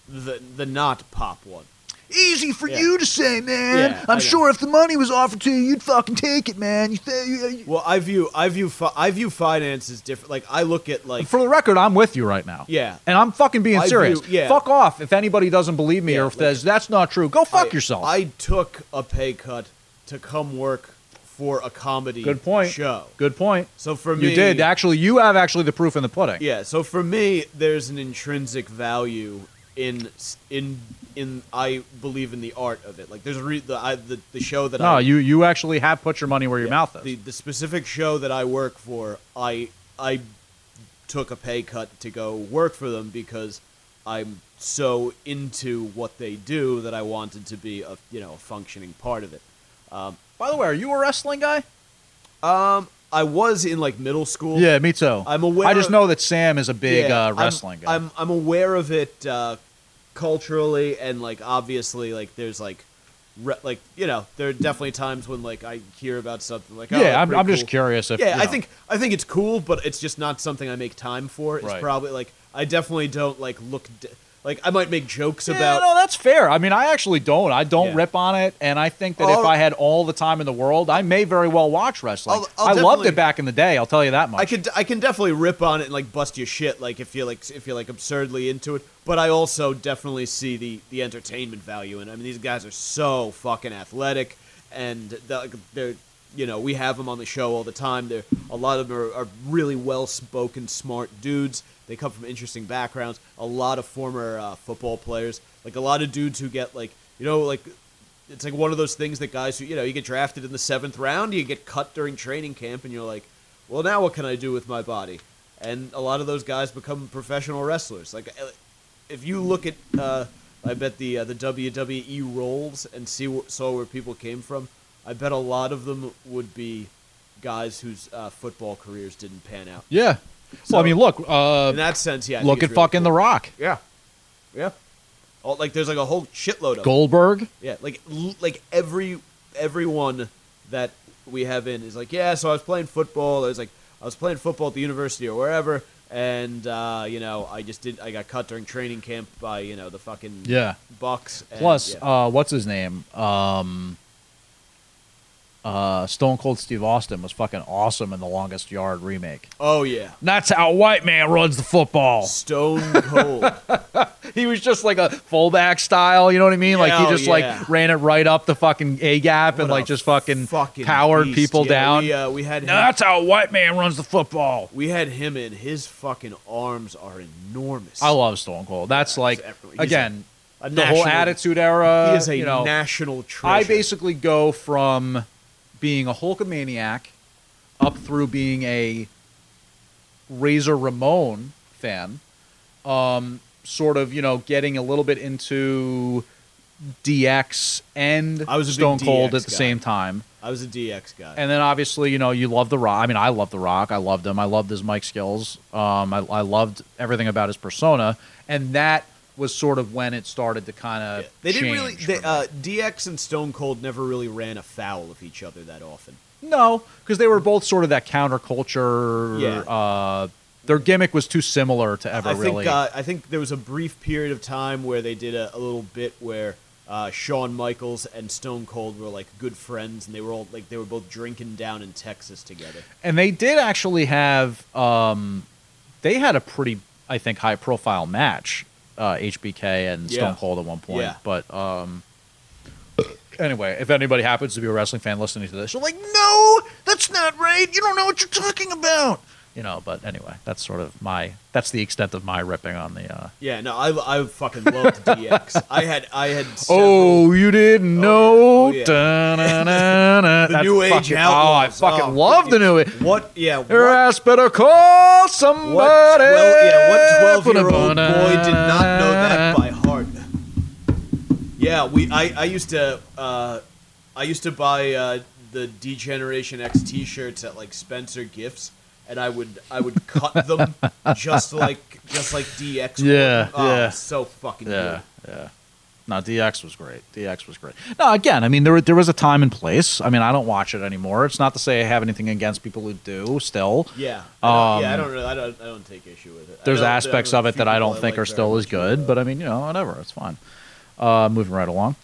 the the not pop one. Easy for you to say, man. Yeah, I I'm know. sure if the money was offered to you, you'd fucking take it, man. You, th- you, you Well, I view I view fi- I view finance as different. Like I look at like For the record, I'm with you right now. Yeah. And I'm fucking being I serious. view- yeah. Fuck off if anybody doesn't believe me Yeah, or if like- says that's not true. Go fuck I- yourself. I took a pay cut to come work for a comedy Good point. show. Good point. So for me, You did actually. You have actually the proof in the pudding. Yeah. So for me, there's an intrinsic value in in in I believe in the art of it. Like there's a re- the, I, the the show that No, I you you actually have put your money where your mouth is. the the specific show that I work for, I I took a pay cut to go work for them because I'm so into what they do that I wanted to be a you know a functioning part of it. Um, By the way, are you a wrestling guy? I was in like middle school. Yeah, me too. I'm aware I just of- know that Sam is a big Yeah, uh, I'm- wrestling guy. I'm I'm aware of it uh, culturally and like obviously like there's like re- like you know there are definitely times when like I hear about something like oh, that's yeah, I'm, pretty I'm just cool. curious if yeah, you I know. think I think it's cool, but it's just not something I make time for. It's Right. probably like I definitely don't like look d- like I might make jokes Yeah, about no, that's fair. I mean, I actually don't. I don't Yeah. rip on it, and I think that if I'll- I had all the time in the world, I may very well watch wrestling. I'll- I'll I loved definitely- it back in the day. I'll tell you that much. I could I can definitely rip on it and like bust your shit like if you're like if you're like absurdly into it, but I also definitely see the the entertainment value and I mean these guys are so fucking athletic and they're, like, they're you know we have them on the show all the time. They're a lot of them are, are really well spoken, smart dudes. They come from interesting backgrounds. A lot of former uh, football players, like a lot of dudes who get like you know like it's like one of those things that guys who you know you get drafted in the seventh round, you get cut during training camp, and you're like, well, now what can I do with my body? And a lot of those guys become professional wrestlers. Like, uh, if you look at, uh, I bet the uh, the WWE roles and see wh- saw where people came from. I bet a lot of them would be guys whose uh, football careers didn't pan out. yeah. well, I So- mean, look. Uh, In that sense, yeah. I think look it's at really fucking The Rock, cool. yeah, yeah. All, like, there's like a whole shitload of 'em. Goldberg. Yeah, like l- like every everyone that we have in is like, yeah. So I was playing football. I was like, I was playing football at the university or wherever, and uh, you know, I just did. I got cut during training camp by you know the fucking Yeah. Bucks. And, Plus, yeah. uh, what's his name? Um, uh, Stone Cold Steve Austin was fucking awesome in the Longest Yard remake. oh yeah, That's how a white man runs the football. Stone Cold. He was just like a fullback style, you know what I mean? like he Yeah, just yeah. like ran it right up the fucking A gap and What a like just fucking, fucking powered beast. people Yeah, down. We, uh, we had him, Now, that's how a white man runs the football. we had him in. His fucking arms are enormous. I love Stone Cold. That's like everyone- he's again a the national- whole attitude era. He is a you know, national treasure. I basically go from being a Hulkamaniac up through being a Razor Ramon fan, um, sort of, you know, getting a little bit into DX and I was a big Stone Cold DX at the guy. same time. I was a DX guy. And then obviously, you know, you love The Rock. I mean, I love The Rock. I loved him. I loved his mic skills. Um, I, I loved everything about his persona. And that was sort of when it started to kind of. They didn't really. They, uh, DX and Stone Cold never really ran afoul of each other that often. No, because they were both sort of that counterculture. Yeah. Uh, their gimmick was too similar to ever I think really. uh, I think there was a brief period of time where they did a, a little bit where uh, Shawn Michaels and Stone Cold were like good friends, and they were all like they were both drinking down in Texas together. and they did actually have. Um, they had a pretty, I think, high profile match, uh, HBK and Yeah. Stone Cold at one point. Yeah. But um, anyway, if anybody happens to be a wrestling fan listening to this, you're like, no, that's not right. You don't know what you're talking about. You know, but anyway, that's sort of my. That's the extent of my ripping on the. Uh, Yeah, no, I, I fucking loved DX. I had I had several- Oh, you didn't Oh, know. yeah. Da-na-na-na. the That's New Age fucking- Outlaws. Oh, I fucking Oh, love the New Age. What? Yeah. What, Your ass better call somebody. what, 12, yeah, what 12 year old boy did not know that by heart? Yeah, we. I, I used to. Uh, I used to buy uh, the D Generation X T-shirts at like Spencer Gifts, and I would I would cut them just like just like DX. would. Yeah, oh, yeah. So fucking Yeah, yeah. yeah. No, DX was great. DX was great. No, again, I mean, there were- there was a time and place. I mean, I don't watch it anymore. It's not to say I have anything against people who do still. Yeah. I don't- yeah. I Um, don't. really- I don't. I don't take issue with it. I there's know- there aspects are of a it few that I people don't think like are very still as much, uh, good, but I mean, you know, whatever, it's fine. Uh, moving right along.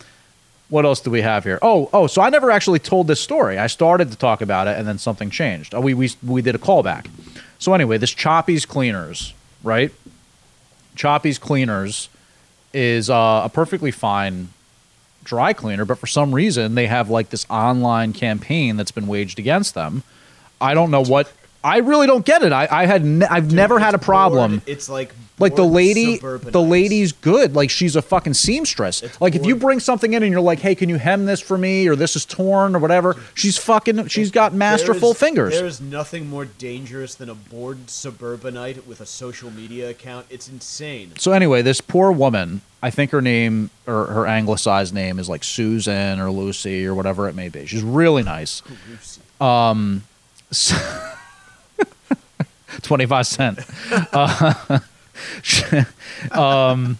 What else do we have here? Oh, oh. So I never actually told this story. I started to talk about it, and then something changed. Oh, we we we did a callback. So anyway, this Choppies Cleaners, right? Choppies Cleaners is uh, a perfectly fine dry cleaner, but for some reason they have like this online campaign that's been waged against them. I don't know what. I really don't get it. I, I had ne- I've never had a problem. It's like Like the bored lady, the suburbanites. lady's good. Like she's a fucking seamstress. like if you bring something in and you're like, "Hey, can you hem this for me?" or "This is torn" or whatever, she's fucking. She's got masterful There is- fingers. There is nothing more dangerous than a bored suburbanite with a social media account. It's insane. So anyway, this poor woman, I think her name or her anglicized name is like Susan or Lucy or whatever it may be. She's really nice. Um, so- 25 cent. Uh, um,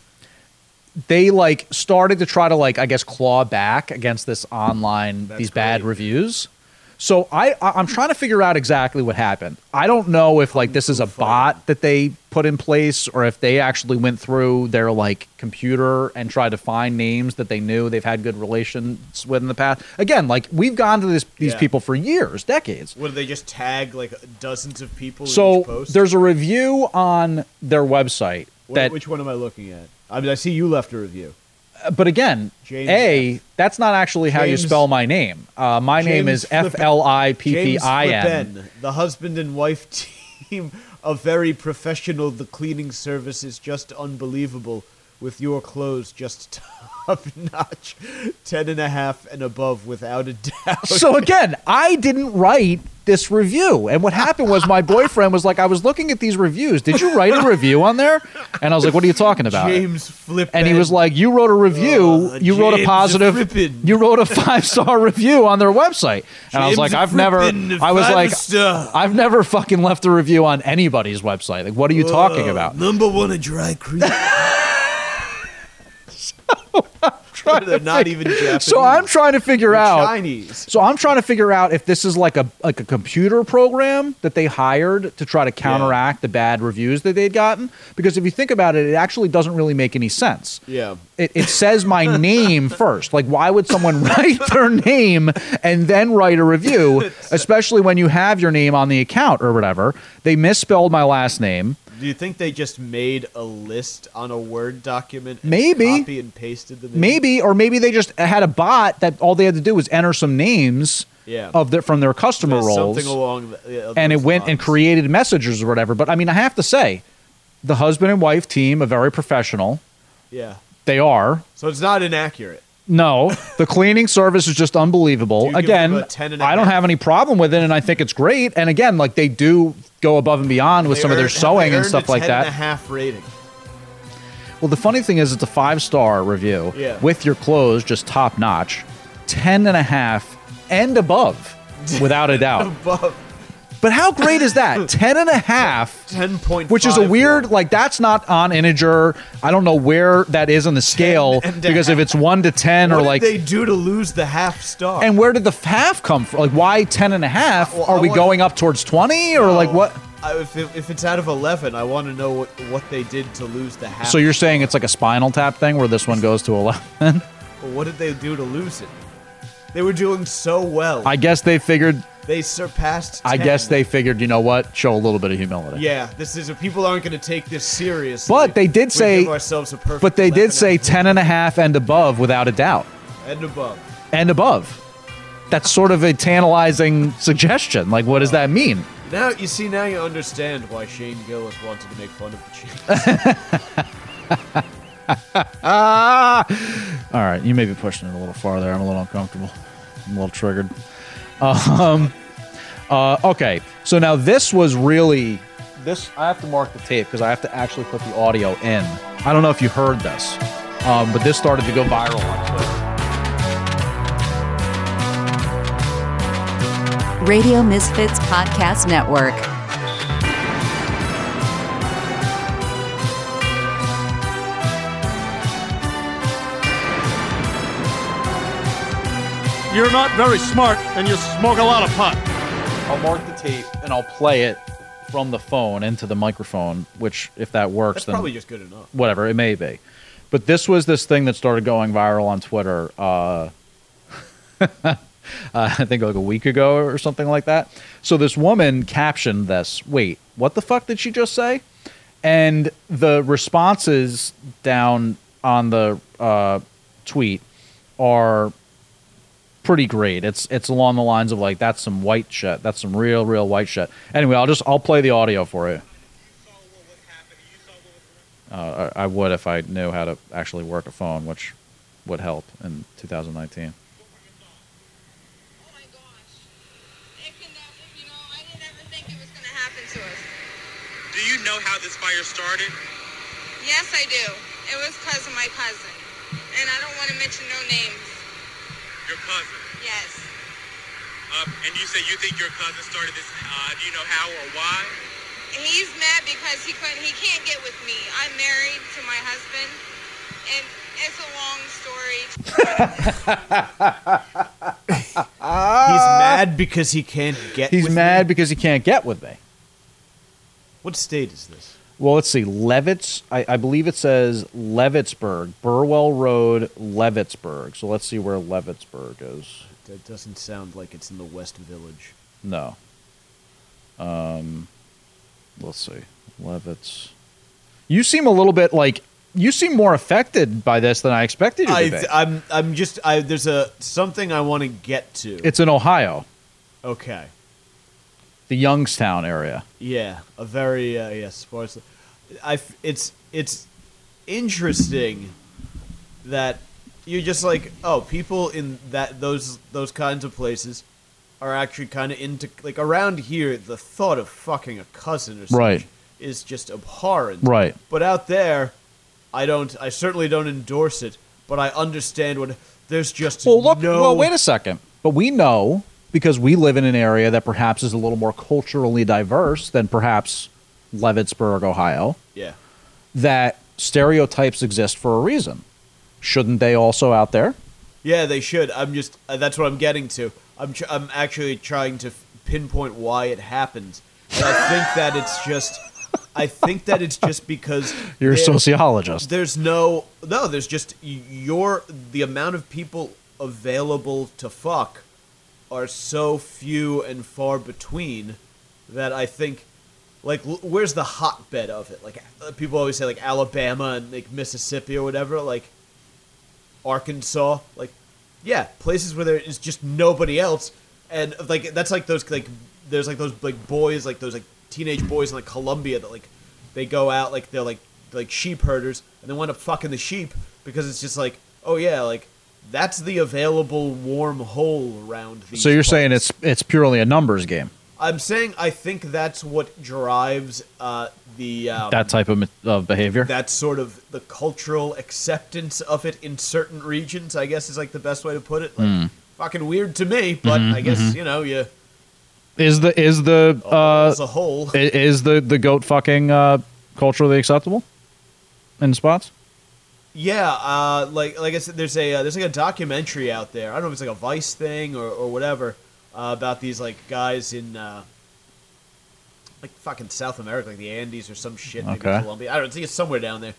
they like started to try to like I guess claw back against this online these bad reviews. So I I- I'm trying to figure out exactly what happened. I don't know if like this is a bot that they put in place or if they actually went through their like computer and tried to find names that they knew they've had good relations with in the past. Again, like we've gone to this, these Yeah. people for years, decades. What do they just tag like dozens of people? in each So post? there's a review on their website What- that uh, which one am I looking at? I mean, I see you left a review. but again, James A, that's not actually how you James- spell my name. Uh, my name James is F L I P P James I N. Flippen, the husband and wife team, a very professional. The cleaning service is just unbelievable. With your clothes just top notch, ten and a half and above, without a doubt. So again, I didn't write this review. And what happened was my boyfriend was like, I was looking at these reviews. Did you write a review on there? And I was like, what are you talking about? James Flippen. and he was like, "You wrote a review. Uh, you wrote a James positive. Frippin. You wrote a five star review on their website." And I was James like, "I've never. Frippin, I was five like, star. I've never fucking left a review on anybody's website. Like, what are you talking about?" Number one, a dry cream. They're not even Japanese. So I'm trying to figure They're out. Chinese. So I'm trying to figure out if this is like a like a computer program that they hired to try to counteract the bad reviews that they'd gotten. Because if you think about it, it actually doesn't really make any sense. Yeah. It, it says my name first. Like, why would someone write their name and then write a review, especially when you have your name on the account or whatever? They misspelled my last name. Do you think they just made a list on a Word document? And Maybe. Copy and pasted them. in? Maybe, or maybe they just had a bot that all they had to do was enter some names Yeah. of their, from their customer There's roles. Something along. The, and it went and created messengers or whatever. But I mean, I have to say, the husband and wife team are very professional. Yeah. They are. So it's not inaccurate. No, the cleaning service is just Do unbelievable. you give Again, them a 10 and a I don't half? have any problem with it, and I think it's great. And again, like they do go above and beyond with They some of their earned- sewing they and earned stuff a like 10 that. And a half rating. Well, the funny thing is, it's a five star review Yeah. with your clothes just top notch, 10 and a half and above, without a doubt. Above But how great is that? 10 and a half. ten point. which is a weird like that's not on integer i don't know where that is on the scale and a because if it's 1 to 10 What or did like they do to lose the half star? and where did the f- half come from like why 10 and a half Well, are I we wanna- going up towards 20 or like what I, Uh, if, it, if it's out of eleven, I want to know what, what they did to lose the half. so you're saying it's like a spinal tap thing where this one goes to 11 But what did they do to lose it? They were doing so well. i guess they figured they surpassed. 10. i guess they figured you know what show a little bit of humility Yeah, this is. People aren't going to take this seriously. But they did We say- give ourselves a perfect. but they 11 did say 10 and a half and above without a doubt and above. and above that's sort of a tantalizing suggestion like what does that mean Now you see. Now you understand why Shane Gillis wanted to make fun of the Chiefs. Ah! All right, you may be pushing it a little far there. I'm a little uncomfortable. I'm a little triggered. Um, uh, okay, so now this was really this. I have to mark the tape because I have to actually put the audio in. I don't know if you heard this, um, but this started to go viral on Twitter. Radio Misfits Podcast Network. You're not very smart, and you smoke a lot of pot. I'll mark the tape and I'll play it from the phone into the microphone. Which, if that works, That's then probably just good enough. whatever it may be. But this was this thing that started going viral on Twitter. Uh, uh, I think like a week ago or something like that. So this woman captioned this. Wait, what the fuck did she just say? And the responses down on the uh, tweet are pretty great. It's it's along the lines of like that's some white shit. That's some real real white shit. Anyway, I'll just I'll play the audio for you. Uh, I, I would if I knew how to actually work a phone, which would help in 2019. Oh my gosh. It can never, you know, I didn't ever think it was going to happen to us. Do you know how this fire started? Yes, I do. It was because of my cousin. And I don't want to mention no names. Your cousin. Yes. Uh, and you say you think your cousin started this. Uh, do you know how or why? He's mad because he couldn't, he can't get with me. I'm married to my husband. And it's a long story. He's mad because he can't get. He's with mad me? because he can't get with me. What state is this? Well, let's see. Levitts, I, I believe it says Levittsburg, Burwell Road, Levittsburg. So let's see where Levittsburg is. That doesn't sound like it's in the West Village. No. Um, let's see. Levitts. You seem a little bit like you seem more affected by this than I expected you to I, be. I'm, I'm just. I, there's a something I want to get to. it's in Ohio, okay. the Youngstown area. Yeah, a very uh, yes. Sports. I. f- It's it's interesting that you're just like oh people in that those those kinds of places are actually kind of into like around here the thought of fucking a cousin or such Right. is just abhorrent Right. but out there I don't I certainly don't endorse it but I understand what there's just Well, look. no Well, wait a second. But we know because we live in an area that perhaps is a little more culturally diverse than perhaps Levittsburg, Ohio. yeah That stereotypes exist for a reason. Shouldn't they also out there? Yeah, they should. I'm just uh, that's what I'm getting to. I'm tr- I'm actually trying to f- pinpoint why it happened. And I think that it's just I think that it's just because You're a there- sociologist. There's no no, there's just y- your the amount of people available to fuck are so few and far between that I think like l- where's the hotbed of it? Like uh, people always say like Alabama and like Mississippi or whatever like Arkansas, like yeah, places where there is just nobody else, and like that's like those like there's like those like boys like those like teenage boys in like Colombia that like they go out like they're like like sheep herders and they wind up fucking the sheep because it's just like oh yeah like that's the available warm hole around these. So you're saying parts. it's it's purely a numbers game. I'm saying I think that's what drives uh the um, That type of of behavior. that sort of the cultural acceptance of it in certain regions, I guess is like the best way to put it. Like, Hmm. Fucking weird to me, but Mm-hmm, I guess you know you Is the is the uh as a whole. i- is the the goat fucking uh culturally acceptable in spots? yeah, uh, like like I said, there's a uh, there's like a documentary out there. I don't know if it's like a Vice thing or or whatever uh, about these like guys in. Uh, like fucking South America, like the Andes or some shit, maybe Okay. Colombia. I don't know, think it's somewhere down there.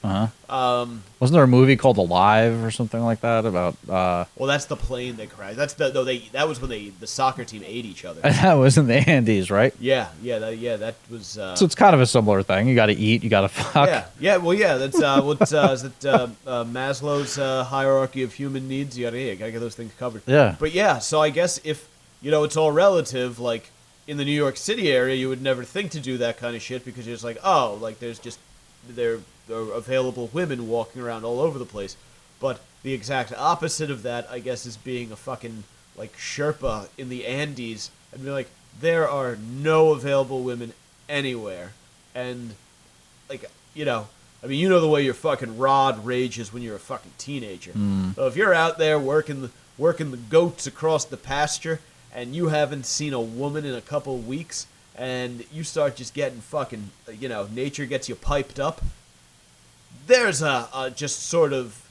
Wasn't there a movie called Alive or something like that about uh Well, that's the plane they crashed. That's the no, they that was when they the soccer team ate each other. that was in the Andes, right? yeah, yeah, that, yeah. That was. Uh, So it's kind of a similar thing. You got to eat, you got to fuck. Yeah, yeah, well, yeah. That's uh, what uh, is it? Uh, uh, Maslow's uh, hierarchy of human needs. You gotta, yeah, you gotta get those things covered. Yeah. But yeah, so I guess if you know, it's all relative. Like in the New York City area, you would never think to do that kind of shit because you're just like, oh, like there's just there are available women walking around all over the place. But the exact opposite of that, I guess, is being a fucking like Sherpa in the Andes and be like, there are no available women anywhere, and like you know i mean you know the way your fucking rod rages when you're a fucking teenager so if you're out there working the working the goats across the pasture and you haven't seen a woman in a couple of weeks and you start just getting fucking you know nature gets you piped up there's a, a just sort of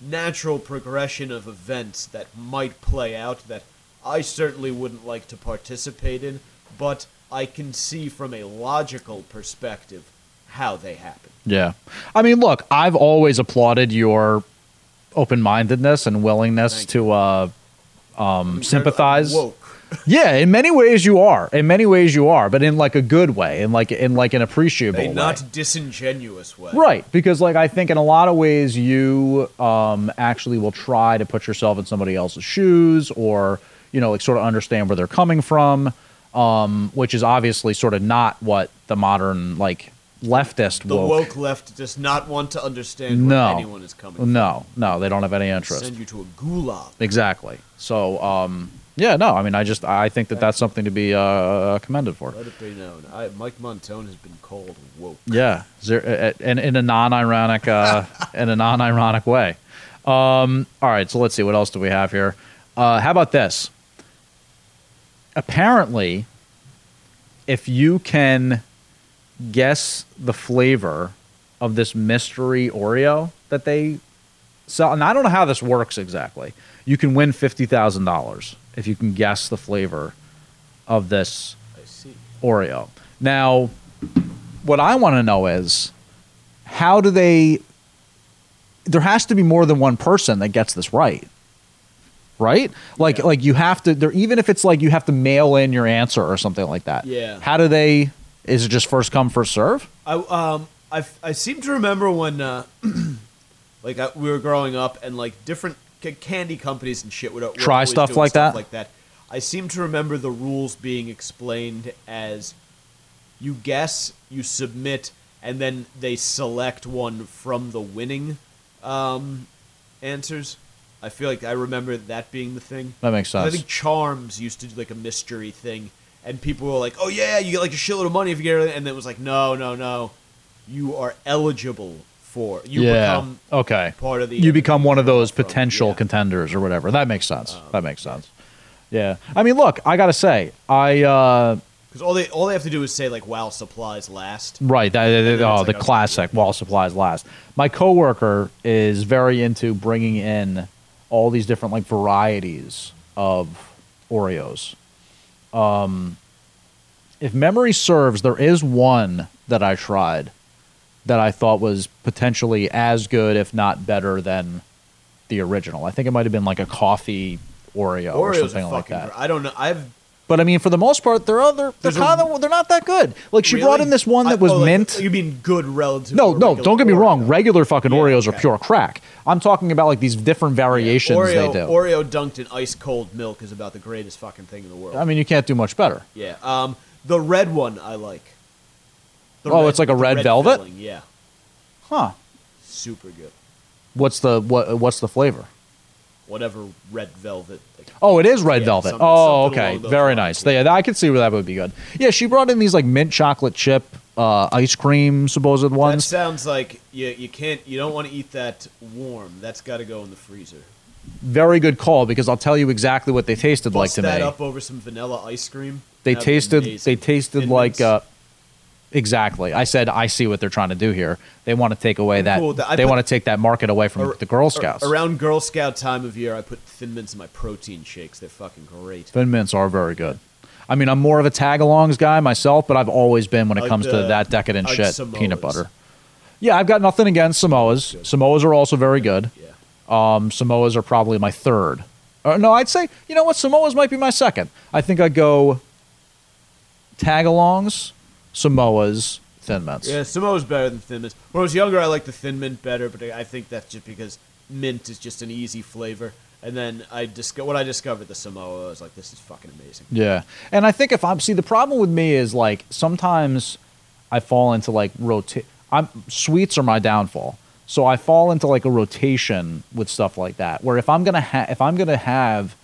natural progression of events that might play out that I certainly wouldn't like to participate in, but I can see from a logical perspective how they happen. Yeah. I mean, look, I've always applauded your open mindedness and willingness to uh, um, sympathize. Woke. Yeah, in many ways you are. In many ways you are, but in like a good way, in like in like an appreciable A way. not disingenuous way. Right, because like I think in a lot of ways you um, actually will try to put yourself in somebody else's shoes, or you know, like sort of understand where they're coming from, um, which is obviously sort of not what the modern like leftist The woke. woke left does not want to understand where No. anyone is coming from. no, no, they don't have any interest. Send you to a gulag. Exactly. So, um, yeah, no, I mean, I just I think that that's something to be uh, commended for. Let it be known. I, Mike Montone has been called woke. Yeah, zer- uh, and in a non-ironic, uh, in a non-ironic way. Um, all right, so let's see what else do we have here. Uh, how about this? Apparently, if you can guess the flavor of this mystery Oreo that they sell, and I don't know how this works exactly, you can win fifty thousand dollars if you can guess the flavor of this I see. Oreo. Now, what I want to know is how do they? There has to be more than one person that gets this right, right? Like, like you have to. There, even if it's like you have to mail in your answer or something like that. Yeah. How do they? Is it just first come first serve? I um I I seem to remember when uh like I, we were growing up and like different ca- candy companies and shit would, would Try always stuff doing like that? Like that. I seem to remember the rules being explained as you guess, you submit, and then they select one from the winning um answers. I feel like I remember that being the thing. That makes I sense. think Charms used to do like a mystery thing, and people were like, "Oh yeah, you get like a shitload of money if you get it," and it was like, "No, no, no, you are eligible for you become okay. part of the you become one of those potential yeah. Um, contenders or whatever. That makes sense. that makes sense. Yeah. I mean, look, I gotta say, I uh, because all they all they have to do is say like, "Wow, supplies last." Right. That, that- then oh, it's the like a- classic while supplies last. My coworker is very into bringing in all these different like varieties of Oreos. Um, if memory serves, there is one that I tried that I thought was potentially as good, if not better, than the original. I think it might have been like a coffee Oreo or Oreos something are like fucking. that. gr- I don't know. I've But I mean, for the most part, they're other they're There's a- kind of they're not that good. Like she brought really- in this one I- that was oh, like- mint. you mean good relative? No, to a no, regular don't get me wrong. Oreo. Regular fucking Yeah, Oreos are okay. pure crack. I'm talking about like these different variations Oreo, they do. Oreo dunked in ice cold milk is about the greatest fucking thing in the world. I mean, you can't do much better. Yeah. Um, the red one I like. The Oh, it's like a the red velvet? filling, yeah, Huh. super good. What's the what what's the flavor? Whatever red velvet. Like, Oh, it is red Yeah, velvet. something- oh, something okay. along those Very lines, nice. yeah. Yeah, I could see where that would be good. Yeah, she brought in these like mint chocolate chip uh, ice cream supposed that ones. sounds like you you can't you don't want to eat that warm. That's got to go in the freezer. Very good call because I'll tell you exactly what they tasted like Bust to that me. up over some vanilla ice cream. They That'd be tasted amazing. they tasted Thin like Mints. uh, exactly. I said I see what they're trying to do here. They want to take away that Cool, th- I they put- want to take that market away from Ar- the Girl ar- Scouts. around Girl Scout time of year, I put Thin Mints in my protein shakes. They're fucking great. Thin mints are very good. I mean, I'm more of a tagalongs guy myself, but I've always been when it Like comes to the- that decadent like shit, Samoas. peanut butter. Yeah, I've got nothing against Samoas. Samoas are also very good. Yeah. Um, Samoas are probably my third. Or, no, I'd say you know what, Samoas might be my second. I think I go tagalongs, Samoas, thin mints. Yeah, Samoa's better than Thin Mints. When I was younger, I liked the Thin Mint better, but I think that's just because mint is just an easy flavor. And then I disco- when I discovered the Samoa, I was like, this is fucking amazing. Yeah. And I think if I'm see the problem with me is like sometimes I fall into like rotate I'm sweets are my downfall. So I fall into like a rotation with stuff like that. Where if I'm going to ha- if I'm going to have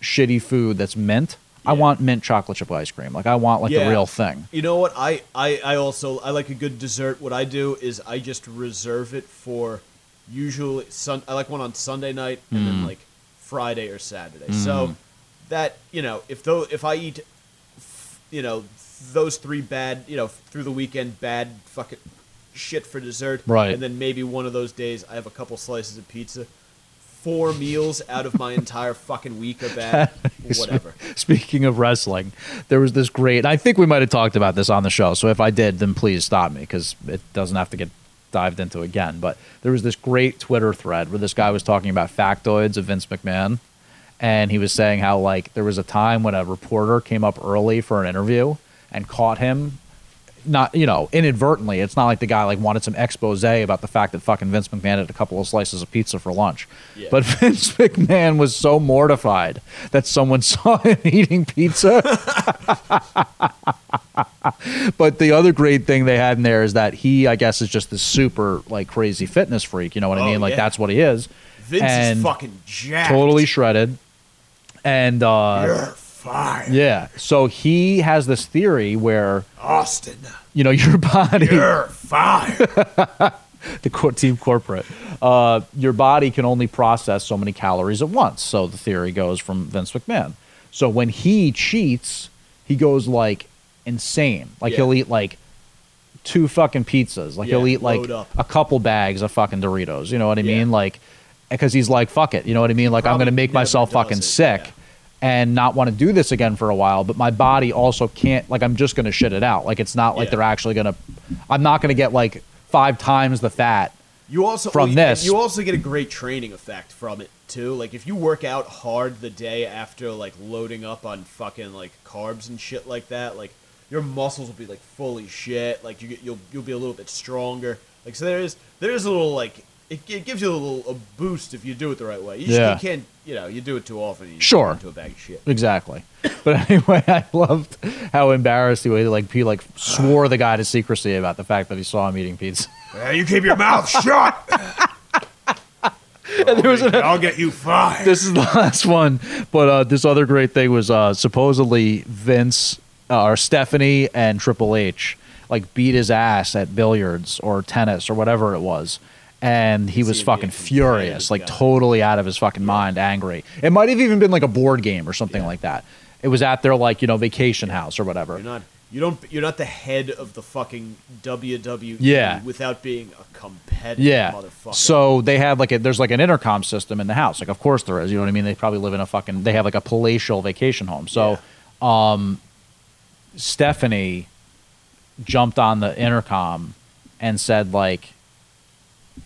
shitty food that's mint, I Yeah. want mint chocolate chip ice cream. Like I want like Yeah. the real thing. You know what? I, I, I also I like a good dessert. What I do is I just reserve it for usually sun. I like one on Sunday night and Mm. then like Friday or Saturday. So that you know if though if I eat f- you know those three bad you know through the weekend bad fucking shit for dessert Right. and then maybe one of those days I have a couple slices of pizza. four meals out of my entire fucking week of that. Whatever. Speaking of wrestling, there was this great. I think we might have talked about this on the show. So if I did, then please stop me because it doesn't have to get dived into again. But there was this great Twitter thread where this guy was talking about factoids of Vince McMahon, and he was saying how like there was a time when a reporter came up early for an interview and caught him. Not you know inadvertently. It's not like the guy like wanted some expose about the fact that fucking Vince McMahon had a couple of slices of pizza for lunch. Yeah. But Vince McMahon was so mortified that someone saw him eating pizza but the other great thing they had in there is that he, I guess, is just this super like crazy fitness freak. You know what I Oh, mean? Like yeah. that's what he is. Vince And is fucking jacked. totally shredded. And uh, You're fired, yeah, so he has this theory where Austin. you know your body, You're fired. the cor- team corporate, uh, your body can only process so many calories at once. So the theory goes from Vince McMahon. So when he cheats, he goes like insane. Like Yeah. he'll eat like two fucking pizzas. Like he'll Yeah, eat like load up. a couple bags of fucking Doritos. You know what I Yeah. mean? Like because he's like fuck it. You know what I mean? Like I'm Probably gonna make never myself does fucking it, sick. yeah. And not want to do this again for a while, but my body also can't. Like, I'm just gonna shit it out. Like, it's not like Yeah. they're actually gonna. I'm not gonna get like five times the fat You also From you- this. You also get a great training effect from it too. Like if you work out hard the day after, like loading up on fucking like carbs and shit like that, like your muscles will be like fully shit. Like you get, you'll you'll be a little bit stronger. Like so there is there is a little like it, it gives you a little a boost if you do it the right way. You, just- Yeah. you can't you know you do it too often. You Sure. turn into a bag of shit. Exactly. But anyway, I loved how embarrassed he was. Like he like swore the guy to secrecy about the fact that he saw him eating pizza. Yeah, you keep your mouth shut. I'll get you fired. this is the last one. But uh, this other great thing was uh, supposedly Vince uh, or Stephanie and Triple H like beat his ass at billiards or tennis or whatever it was. And he was he'd be a fucking furious, competitive like guy. totally out of his fucking mind, angry. It might have even been like a board game or something like that. It was at their like, you know, vacation house or whatever. You're not you don't you're not the head of the fucking WWE Yeah. without being a competitive Yeah. motherfucker. So they have like a, there's like an intercom system in the house. Like of course there is. You know what I mean? They probably live in a fucking they have like a palatial vacation home. So um Stephanie jumped on the intercom and said like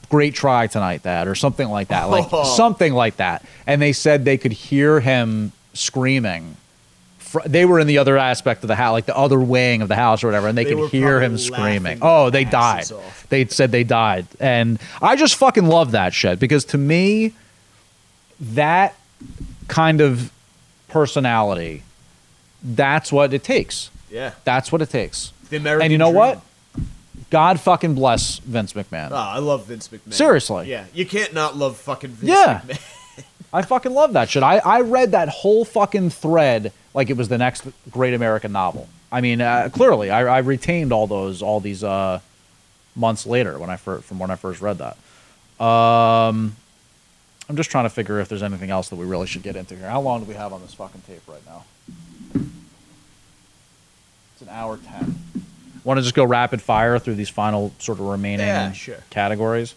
great try tonight that or something like that. Like something like that. And they said they could hear him screaming. fr- They were in the other aspect of the house, like the other wing of the house or whatever, and they, They were could hear probably him screaming. laughing Oh, they their died asses off. they said they died. And I just fucking love that shit because to me, that kind of personality, that's what it takes. yeah. That's what it takes. The American and you know dream. what? God fucking bless Vince McMahon. Oh, I love Vince McMahon. Seriously. Yeah, you can't not love fucking Vince Yeah. McMahon. I fucking love that shit. I, I read that whole fucking thread like it was the next great American novel. I mean, uh, clearly, I, I retained all those all these uh, months later when I fir- from when I first read that. Um, I'm just trying to figure if there's anything else that we really should get into here. How long do we have on this fucking tape right now? It's an hour ten. Want to just go rapid fire through these final sort of remaining Yeah, sure. categories?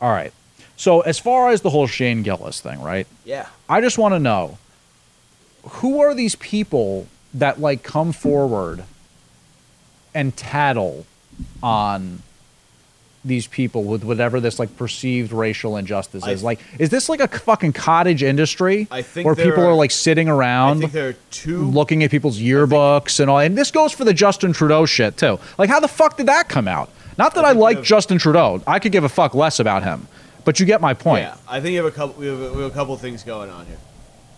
All right. So as far as the whole Shane Gillis thing, right? Yeah. I just want to know who are these people that like come forward and tattle on these people with whatever this like perceived racial injustice I- is like is this like a fucking cottage industry I think where there people are, are- like sitting I think around there are two. looking at people's yearbooks and all and this goes for the Justin Trudeau shit too like how the fuck did that come out not that I, think we like have- Justin Trudeau I could give a fuck less about him but you get my point yeah, I think you have a couple. We have a, we have a couple things going on here.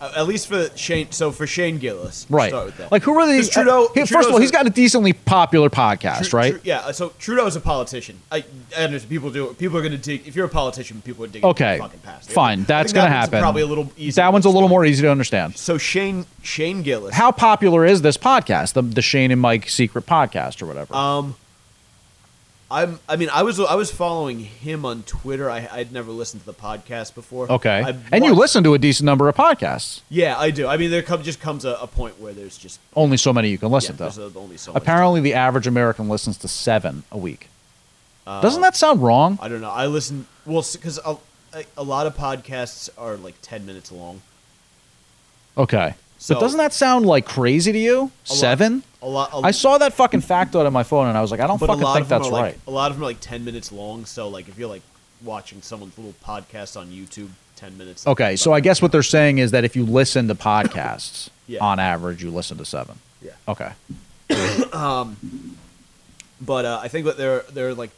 Uh, at least for Shane. So for Shane Gillis, we'll Right. Start with that. Like who are these? 'Cause Trudeau. he- Trudeau's first of all, he's a- got a decently popular podcast, Tru- right? Tru- yeah. So Trudeau's a politician. I, I understand people do. People are going to dig. If you're a politician, people are digging. Okay, your Fucking past. fine, I think that's that gonna one's happen. Probably a little easier. that one's a little more easy to understand. So Shane Shane Gillis. How popular is this podcast, the, the Shane and Mike secret podcast or whatever? Um, I'm. I mean, I was. I was following him on Twitter. I, I'd never listened to the podcast before. okay, I and you watched- listen to a decent number of podcasts. Yeah, I do. I mean, there come, just comes a, a point where there's just Only so many you can yeah, listen there's to. a- only so much Apparently, the average American listens Uh, to seven a week. Doesn't that sound wrong? time. I don't know. I listen well because a, a lot of podcasts are like ten minutes long. Okay. So, So- but doesn't that sound like crazy to you? Seven? A lot. A, I saw that fucking factoid on my phone and I was like, I don't but a fucking lot think of them that's are right. like a lot of them are like ten minutes long. So like if you're like watching someone's little podcast on YouTube, ten minutes. okay. So I guess what they're saying is that if you listen to podcasts, Yeah. on average, you listen to seven. Yeah. Okay. but uh, I think that there there are like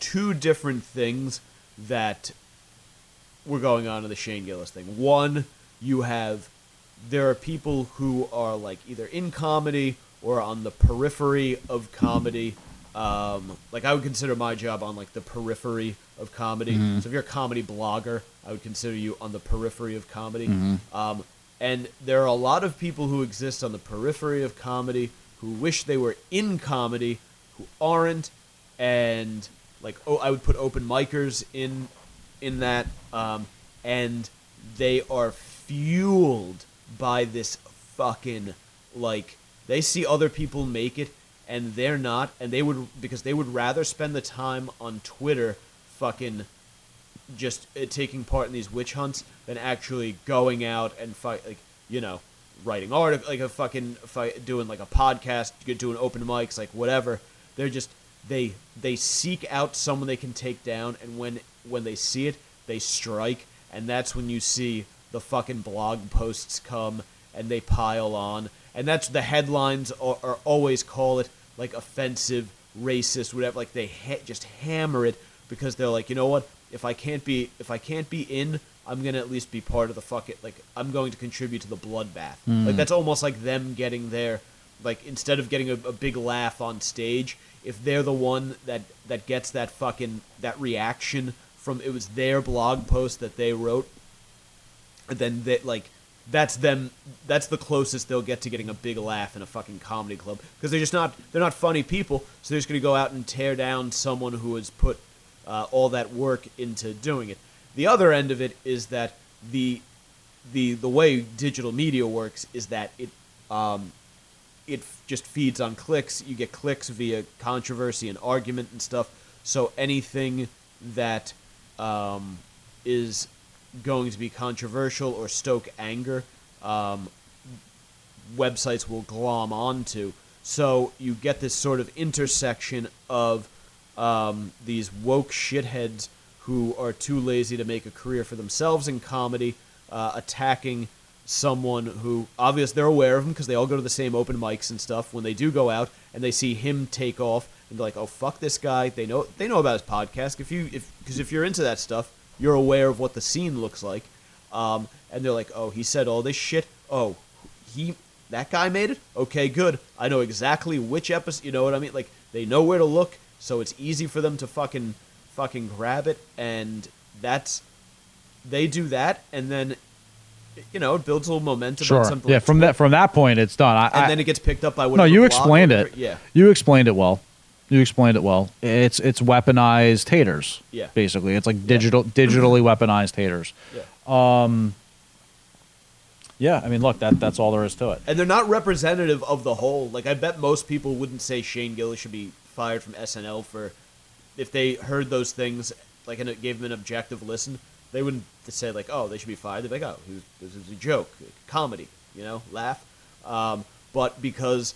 two different things that were going on in the Shane Gillis thing. One, you have there are people who are like either in comedy or on the periphery of comedy. Um, like I would consider my job on like the periphery of comedy. So if you're a comedy blogger, I would consider you on the periphery of comedy. Um, and there are a lot of people who exist on the periphery of comedy who wish they were in comedy, who aren't, and like oh, I would put open micers in in that, um, and they are fueled by this fucking like they see other people make it and they're not, and they would because they would rather spend the time on Twitter fucking just uh, taking part in these witch hunts than actually going out and fight like you know writing art like a fucking fight, doing like a podcast you could do an open mics like whatever they're just they they seek out someone they can take down and when when they see it they strike and that's when you see the fucking blog posts come and they pile on and that's the headlines are, are always call it like offensive racist whatever like they ha- just hammer it because they're like, you know what? If I can't be if I can't be in, I'm gonna at least be part of the fuck it. Like I'm going to contribute to the bloodbath. Like that's almost like them getting their like instead of getting a, a big laugh on stage, if they're the one that that gets that fucking that reaction from it was their blog post that they wrote, then they like that's them that's the closest they'll get to getting a big laugh in a fucking comedy club because they're just not they're not funny people so they're just going to go out and tear down someone who has put uh, all that work into doing it the other end of it is that the the the way digital media works is that it um, it f- just feeds on clicks. You get clicks via controversy and argument and stuff. So anything that um, is going to be controversial or stoke anger, um, websites will glom onto. So you get this sort of intersection of um, these woke shitheads who are too lazy to make a career for themselves in comedy, uh, attacking someone who obvious they're aware of him because they all go to the same open mics and stuff when they do go out and they see him take off and they're like oh fuck this guy they know they know about his podcast if you if because if you're into that stuff you're aware of what the scene looks like um, and they're like oh he said all this shit oh he that guy made it okay good i know exactly which episode you know what i mean like they know where to look so it's easy for them to fucking fucking grab it and that's they do that and then you know it builds a little momentum on Sure. something Yeah. like From Twitter, that from that point, it's done. I, and I- then it gets picked up by no, whatever you blog explained or- it. yeah You explained it well. You explained it well. It's it's weaponized haters. Yeah. Basically, it's like digital digitally weaponized haters. yeah Yeah. I mean, look, that that's all there is to it. and they're not representative of the whole. Like I bet most people wouldn't say Shane Gillis should be fired from SNL for if they heard those things, like and it gave them an objective listen. They wouldn't say like, oh, they should be fired. They'd be like, oh, he was, this is a joke, comedy, you know, laugh. Um, but because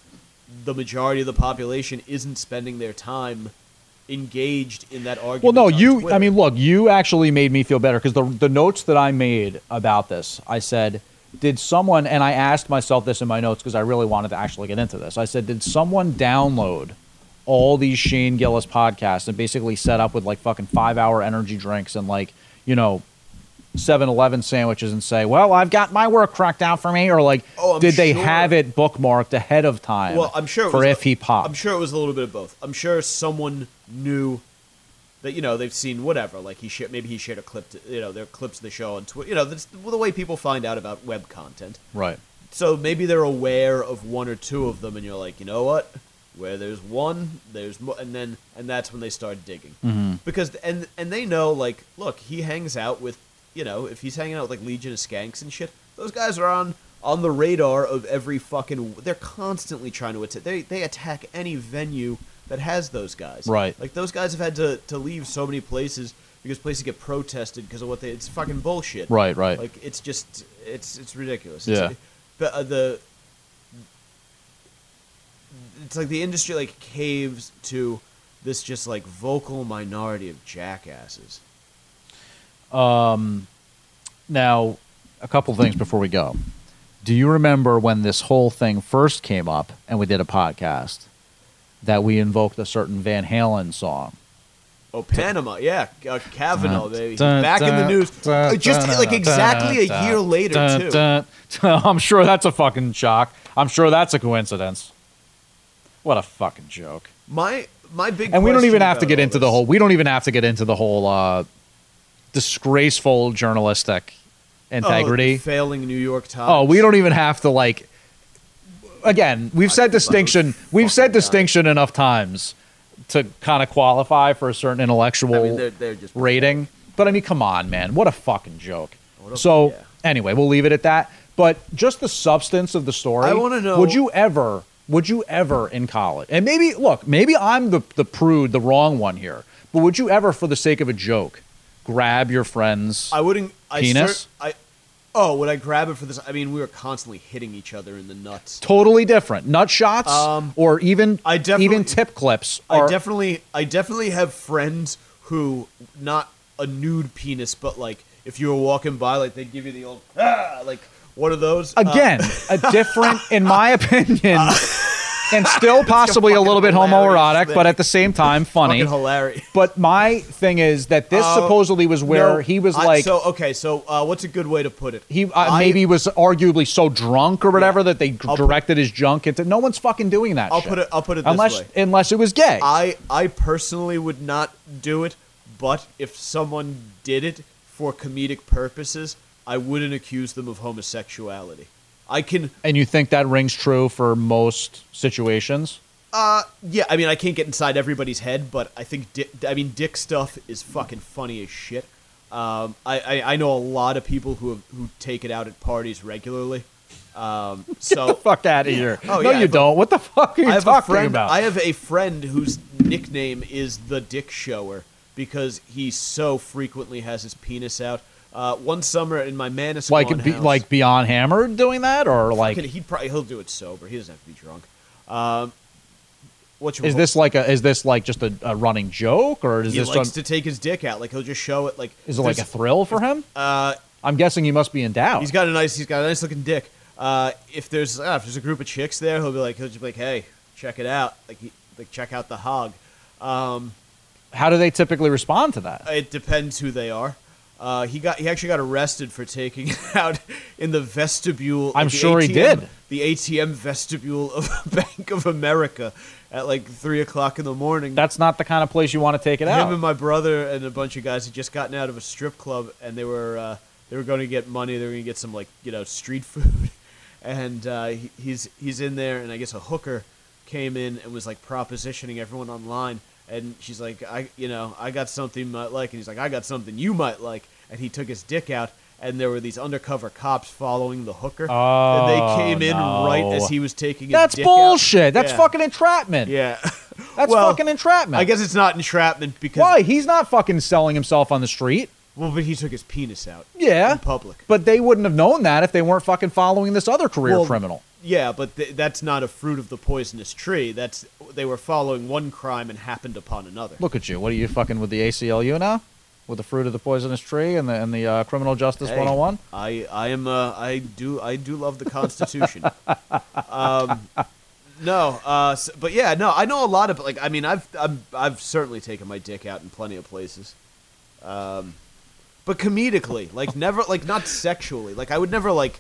the majority of the population isn't spending their time engaged in that argument. Well, no, on you. Twitter. I mean, look, you actually made me feel better because the the notes that I made about this, I said, did someone? And I asked myself this in my notes because I really wanted to actually get into this. I said, did someone download all these Shane Gillis podcasts and basically set up with like fucking five hour energy drinks and like you know. 7-Eleven sandwiches and say, "Well, I've got my work cracked out for me," or like, Oh, I'm did they sure. have it bookmarked ahead of time? Well, I'm sure it for was if he popped. I'm sure it was a little bit of both. I'm sure someone knew that you know they've seen whatever. Like he shared, maybe he shared a clip. To, you know, their clips of the show on Twitter. You know, that's the way people find out about web content. right. So maybe they're aware of one or two of them, and you're like, you know what? Where there's one, there's mo-, and then and that's when they start digging because and and they know like, look, he hangs out with you know if he's hanging out with like Legion of Skanks and shit, those guys are on on the radar of every fucking. They're constantly trying to attack. They they attack any venue that has those guys. Right. Like those guys have had to to leave so many places because places get protested because of what they. It's fucking bullshit. Right, right. Like it's just it's it's ridiculous. Yeah. It's, but uh, the it's like the industry like caves to this just like vocal minority of jackasses. Now, a couple things before we go. Do you remember when this whole thing first came up and we did a podcast that we invoked a certain Van Halen song? Oh, Panama, yeah, uh, Kavanaugh, Dun, baby, He's dun, back in the dun, news. dun, Uh, just dun, like dun, exactly a dun, year dun, later dun, too. dun. I'm sure that's a fucking shock. I'm sure that's a coincidence. What a fucking joke. My my big And we don't question even have to about get all into the this- whole we don't even have to get into the whole uh, disgraceful journalistic oh, integrity. failing New York Times. Oh, we don't even have to like. Again, we've said distinction. We've said fucking guy. distinction enough times to kind of qualify for a certain intellectual I mean, they're- they're just- rating. But I mean, come on, man, what a fucking joke. a- so yeah. anyway, we'll leave it at that. But just the substance of the story. I wanna know- Would you ever? Would you ever in college? And maybe look, maybe I'm the the prude, the wrong one here. But would you ever, for the sake of a joke, grab your friends? I wouldn't. I Penis? cer- I. Oh, would I grab it for this? I mean, we were constantly hitting each other in the nuts. totally different. Nut shots Um, or even I definitely- even tip clips I are definitely, I definitely have friends who not a nude penis, but like if you were walking by, like they'd give you the old ah, like one of those uh, again a different, in my opinion, and still possibly a little bit fucking homoerotic, hilarious but thing. at the same time funny. fucking hilarious. But my thing is that this Oh, supposedly was where No, he was I- like so okay, so uh, what's a good way to put it? he uh, I- maybe was arguably so drunk or whatever that they I'll put- directed his junk into. No one's fucking doing that. I'll shit. put it- I'll put it this unless way. unless it was gay. I I personally would not do it, but if someone did it for comedic purposes, I wouldn't accuse them of homosexuality. I can and you think that rings true for most situations? yeah, I mean I can't get inside everybody's head, but I think di- I mean dick stuff is fucking funny as shit. Um, I, I I know a lot of people who have, who take it out at parties regularly. Um, so Fuck out of here. no, Oh, yeah, I you have a- don't. what the fuck are you I have talking a friend. about? I have a friend whose nickname is the Dick Shower because he so frequently has his penis out. Uh, one summer in my Manasquan like be, house, like beyond hammered doing that or like fucking- he'd probably he'll do it sober. He doesn't have to be drunk. Um, what's your is this like a is this like just a, a running joke or is He this likes some- to take his dick out. Like he'll just show it. Like is it like a there's- thrill for him? uh, I'm guessing he must be in doubt. He's got a nice. He's got a nice looking dick. Uh, if there's uh, if there's a group of chicks there, he'll be like he'll just be like, hey, check it out. Like he, like check out the hog. Um, How do they typically respond to that? Uh, It depends who they are. Uh, he got he actually got arrested for taking it out in the vestibule. I'm at the sure he ATM did. The ATM vestibule of Bank of America at like three o'clock in the morning. That's not the kind of place you want to take it him out. and my brother and a bunch of guys had just gotten out of a strip club and they were uh, they were going to get money. They were going to get some like you know street food, and uh, he, he's he's in there and I guess a hooker came in and was like propositioning everyone online. And she's like, I you know I got something you might like, and he's like, I got something you might like, and he took his dick out. And there were these undercover cops following the hooker. and Oh, they came in no. right as he was taking his That's dick out. bullshit. That's Yeah. fucking entrapment. Yeah. That's Well, fucking entrapment. I guess it's not entrapment because why he's not fucking selling himself on the street. well, but he took his penis out. Yeah. In public. But they wouldn't have known that if they weren't fucking following this other career Well, criminal. Yeah, but th- that's not a fruit of the poisonous tree. That's they were following one crime and happened upon another. Look at you. What are you fucking with the ACLU now? With the fruit of the poisonous tree and the and the uh, criminal justice Hey, 101? I I am uh, I do I do love the Constitution. um, no, uh, s but yeah, no, I know a lot of like I mean I've I'm, I've certainly taken my dick out in plenty of places, um, but comedically, like never like not sexually, like I would never like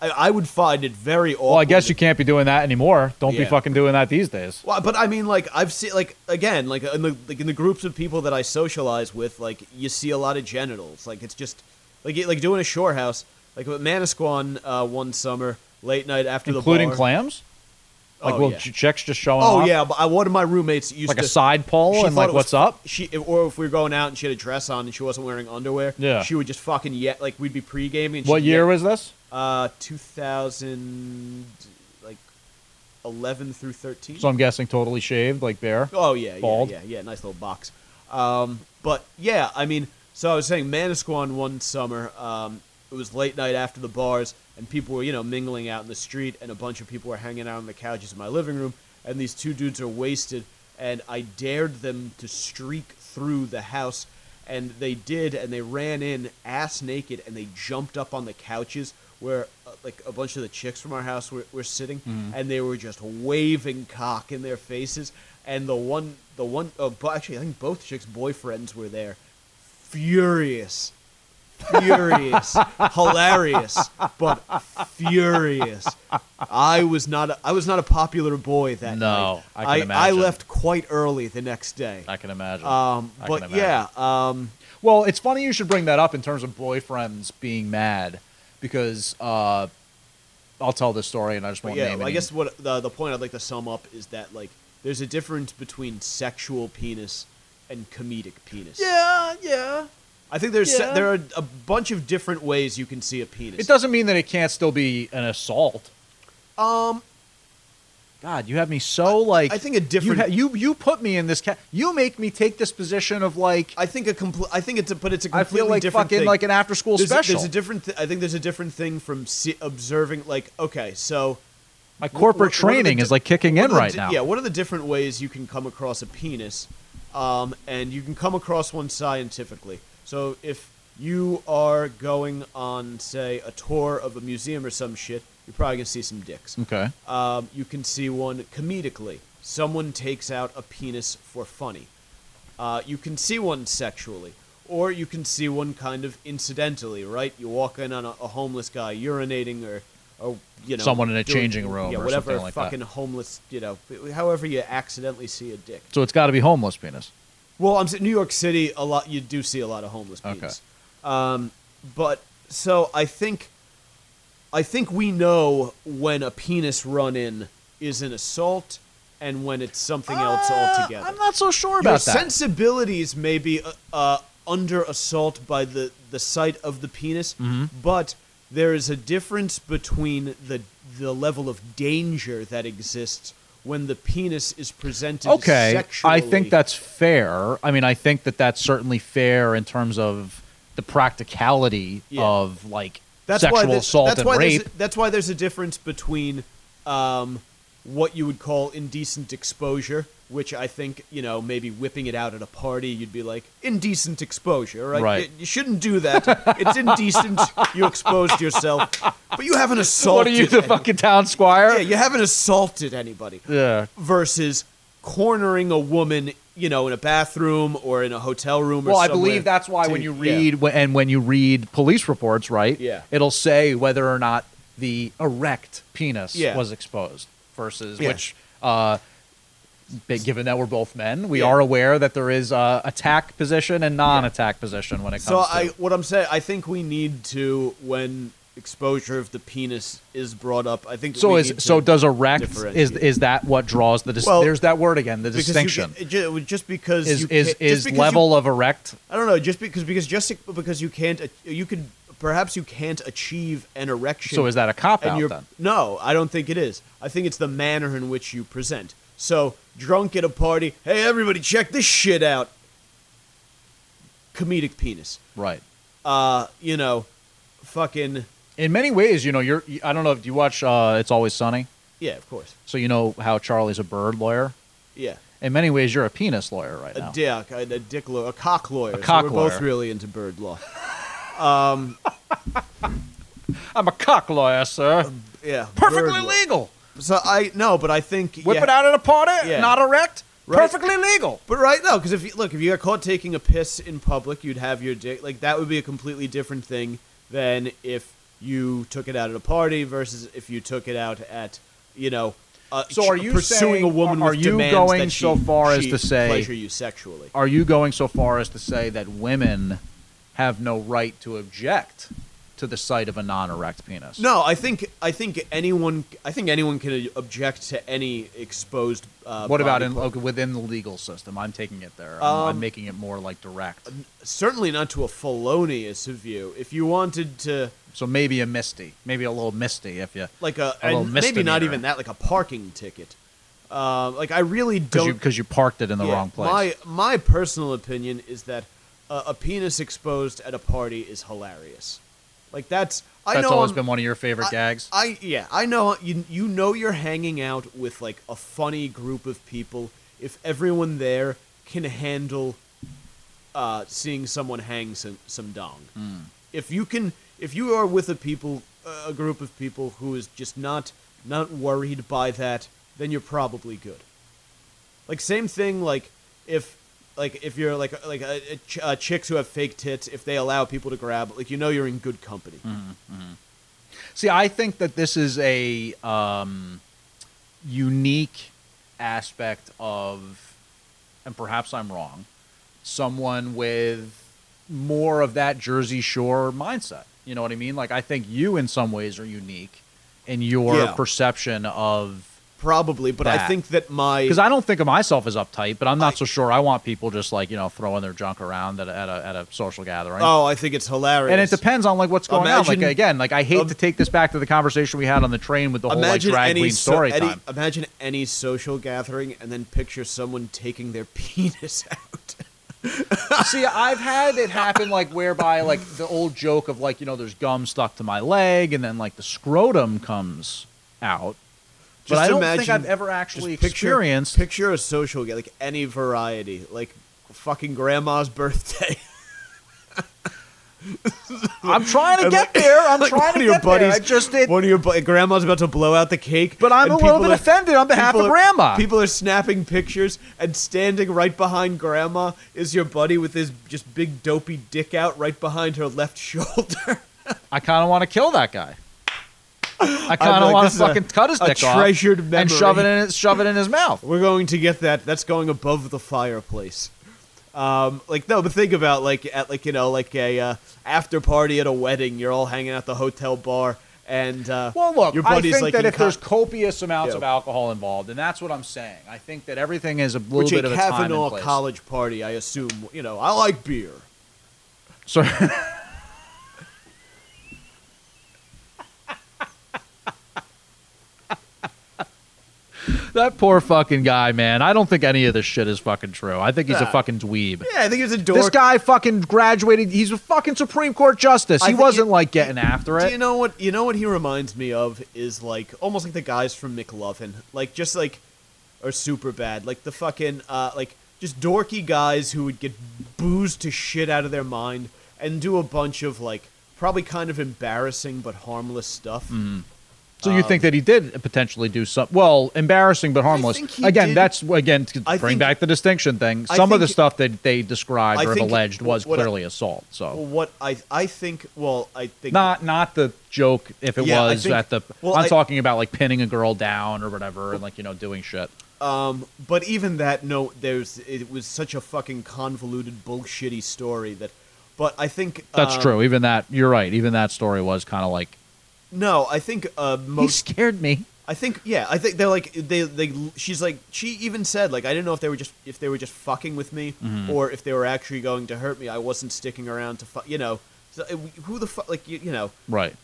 I, I would find it very awkward. Well, I guess you if- can't be doing that anymore. Don't be Yeah. fucking doing that these days. Well, but I mean, like I've seen, like again, like in the like in the groups of people that I socialize with, like you see a lot of genitals. Like it's just like like doing a shore house, like at Manasquan uh, one summer, late night after Including the bar. clams? Like, Oh, well, yeah. ch- chicks just showing Oh off? yeah, but I, one of my roommates used Like to a side pole she and thought like, it was- what's up? She or if we were going out and she had a dress on and she wasn't wearing underwear, Yeah. she would just fucking yet like we'd be pre gaming. What year was this? uh two thousand like eleven through thirteen? So I'm guessing totally shaved, like Bear. Oh yeah, Bald. yeah, yeah, yeah. Nice little box. Um, but yeah, I mean, So I was saying Manasquan one summer. Um, it was late night after the bars, and people were you know mingling out in the street, and a bunch of people were hanging out on the couches in my living room, and these two dudes are wasted, and I dared them to streak through the house. And they did, and they ran in ass naked, and they jumped up on the couches where uh, like a bunch of the chicks from our house were, were sitting, Mm-hmm. and they were just waving cock in their faces. And the one, the one, uh, bo- actually, I think both chicks' boyfriends were there, furious, furious, hilarious, but furious. I was not, a, I was not a popular boy that No, night. I can I, imagine. left quite early the next day. I can imagine. um, I can but imagine. yeah, um, Well, it's funny you should bring that up in terms of boyfriends being mad because uh, I'll tell this story and I just But won't yeah, name well, I any- guess what the the point I'd like to sum up is that like there's a difference between sexual penis and comedic penis. Yeah, yeah. I think there's se- yeah. there are a bunch of different ways you can see a penis. It doesn't mean that it can't still be an assault. Um, God, you have me so like. I think a different- You ha- you, you put me in this. Ca- you make me take this position of like. I, I think a complete. I think it's a but it's a completely feel like different fucking thing. like an after school there's, a- special. there's a different. Th- I think there's a different thing from se- observing. Like okay, so My corporate What- what are the training di- is like kicking what are in the right di- now. Yeah, what are the different ways you can come across a penis? Um, and you can come across one scientifically. So if you are going on, say, a tour of a museum or some shit, you're probably gonna see some dicks. Okay. Um, you can see one comedically. Someone takes out a penis for funny. Uh, you can see one sexually, or you can see one kind of incidentally, right? You walk in on a, a homeless guy urinating, or, or you know, Someone in a doing- changing room yeah, or whatever. something like that. fucking homeless, you know, however you accidentally see a dick. So it's got to be homeless penis. Well, I'm saying New York City. A lot you do see a lot of homeless Okay. people. Um, but so I think, I think we know when a penis run-in is an assault, and when it's something else altogether. Uh, I'm not so sure Your about that. sensibilities may be uh, uh, under assault by the the sight of the penis, Mm-hmm. but there is a difference between the the level of danger that exists when the penis is presented okay i think sexually. that's fair i mean i think that that's certainly fair in terms of the practicality Yeah. of like that's sexual why there's- assault that's and why there's rape a- that's why there's a difference between um, what you would call indecent exposure, which I think you know maybe whipping it out at a party, you'd be like indecent exposure, right? Right. You, you shouldn't do that. it's indecent. You exposed yourself, but you haven't assaulted. what are you the any- fucking town squire Yeah, you haven't assaulted anybody yeah versus cornering a woman, you know, in a bathroom or in a hotel room. Or well i somewhere believe that's why to- when you yeah. read wh- and when you read police reports right Yeah. it'll say whether or not the erect penis Yeah. was exposed versus Yeah. which uh but given that we're both men, we Yeah. are aware that there is uh, attack position and non-attack position when it comes So to I, what I'm saying, I think we need to when exposure of the penis is brought up. I think So we is need so to does erect is differentiate. is that what draws the dis- Well, there's that word again the Because you distinction can- ju- just because is you is can't- just is because you- level of erect I don't know. Just because because just because you can't uh, you could perhaps you can't achieve an erection. so is that a cop and out you're- then No, I don't think it is. I think it's the manner in which you present. So drunk at a party, hey everybody, check this shit out. Comedic penis. right Uh, you know, fucking in many ways you know you're I don't know if do you watch uh, it's always sunny yeah, of course, so you know how Charlie's a bird lawyer yeah. in many ways you're a penis lawyer right now a dick, a, a dick lawyer, a cock lawyer. so cock we're lawyer. both really into bird law. I'm a cock lawyer sir Yeah, perfectly bird law. legal So I no, but I think whip yeah, it out at a party Yeah. not erect Right. perfectly legal But right now, because if you look, if you got caught taking a piss in public, you'd have your dick. Like that would be a completely different thing than if you took it out at a party versus if you took it out at you know. Uh, So are you pursuing saying- a woman? are with you demands going that she- so far as she to say- pleasure you sexually? are you going so far as to say that women have no right to object to the sight of a non-erect penis No, I think I think anyone I think anyone can object to any exposed. Uh, What about body in, part. okay, within the legal system? I'm taking it there. I'm, Um, I'm making it more like direct. certainly not to a felonious view. If you wanted to, So maybe a misty, maybe a little misty, if you like a, A little and maybe not misdemeanor. even that, like a parking ticket. Um, like I really because you don't. because you parked it in the yeah, wrong place. My my personal opinion is that a, a penis exposed at a party is hilarious. Like that's I That's know always I'm- been one of your favorite I- gags. I yeah, I know you you know you're hanging out with like a funny group of people if everyone there can handle uh, seeing someone hang some some dong. Hmm. If you can if you are with a people a group of people who is just not not worried by that, then you're probably good. Like same thing like if like if you're like like uh, ch- uh, chicks who have fake tits, if they allow people to grab, like you know you're in good company. Hmm. See, I think that this is a um, unique aspect of, and perhaps I'm wrong, someone with more of that Jersey Shore mindset. You know what I mean? Like, I think you, in some ways, are unique in your Yeah. perception of. Probably, but I That. think that my Because I don't think of myself as uptight, but I'm not I- so sure. I want people just like you know throwing their junk around at a, at a, at a social gathering. Oh, I think it's hilarious. and it depends on like what's going on. Imagine- Like again, like I hate um, to take this back to the conversation we had on the train with the whole like Imagine drag any queen so- story any- time. Imagine any social gathering, and then picture someone taking their penis out. See, I've had it happen like whereby like the old joke of like you know there's gum stuck to my leg, and then like the scrotum comes out. But Just I don't think imagine- I've ever actually Just picture, experienced. Picture a social ga- like any variety, like fucking grandma's birthday. I'm trying to get there. I'm Like, trying one to of your get buddies, there. I just did. One of your bu- grandma's about to blow out the cake, But I'm and a little people bit are- offended on behalf people of are- grandma. People are snapping pictures, and standing right behind grandma is your buddy with his just big dopey dick out right behind her left shoulder. I kind of want to kill that guy. I kind of like, want "This to is a- fucking cut his a dick off treasured and memory." shove it in his, shove it in his mouth. We're going to get that. That's going above the fireplace. Um, like no, but think about like at like you know like a uh, after party at a wedding. You're all hanging out at the hotel bar, and uh, Well, look, your I buddy's think like that in if co- there's copious amounts Yeah. of alcohol involved, and that's what I'm saying. I think that everything is a little which bit a of a time and Kavanaugh place. college party, I assume you know. I like beer. So, that poor fucking guy, man. I don't think any of this shit is fucking true. I think he's a Nah. fucking dweeb. Yeah, I think it's a dork. This guy fucking graduated. He's a fucking Supreme Court justice. I He think wasn't it- like getting after Do it. you know what? You know what he reminds me of is like almost like the guys from McLovin, like just like or super bad, like the fucking uh, like just dorky guys who would get boozed to shit out of their mind and do a bunch of like probably kind of embarrassing but harmless stuff. Mm-hmm. So you Um, think that he did potentially do some well, embarrassing but harmless. think he Again, did- that's again to I bring think- back the distinction thing. I Some of the think- stuff that they described I or have think- alleged was what I- Oh, clearly assault. Well, So what I I think, well, I think not not the joke if it Yeah, I was think- at the. well, I'm I- talking about like pinning a girl down or whatever, and like you know doing shit. Um, but even that, no, there's it was such a fucking convoluted bullshitty story that. But I think That's um, true. Even that you're right. Even that story was kind of like No, I think uh, he most scared me. I think yeah, I think they're like they they she's like she even said like I didn't know if they were just if they were just fucking with me or if they were actually going to hurt me. I wasn't sticking around to fu- you know so, uh, who the fuck like you, you know. Right.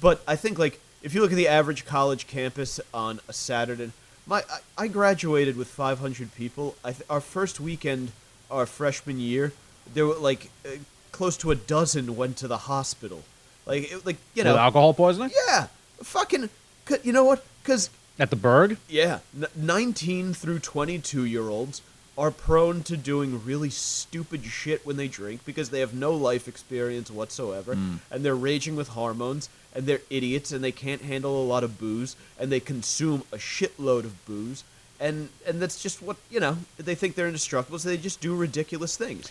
But I think like if you look at the average college campus on a Saturday, my I, I graduated with 500 people. I th- our first weekend our freshman year, there were like uh, close to a dozen went to the hospital. Like it, like you know With alcohol poisoning yeah, fucking c- you know what? Cuz at the Berg. yeah, n- 19 through 22 year olds are prone to doing really stupid shit when they drink because they have no life experience whatsoever and they're raging with hormones and they're idiots and they can't handle a lot of booze and they consume a shitload of booze and and that's just what, you know, they think they're indestructible so they just do ridiculous things.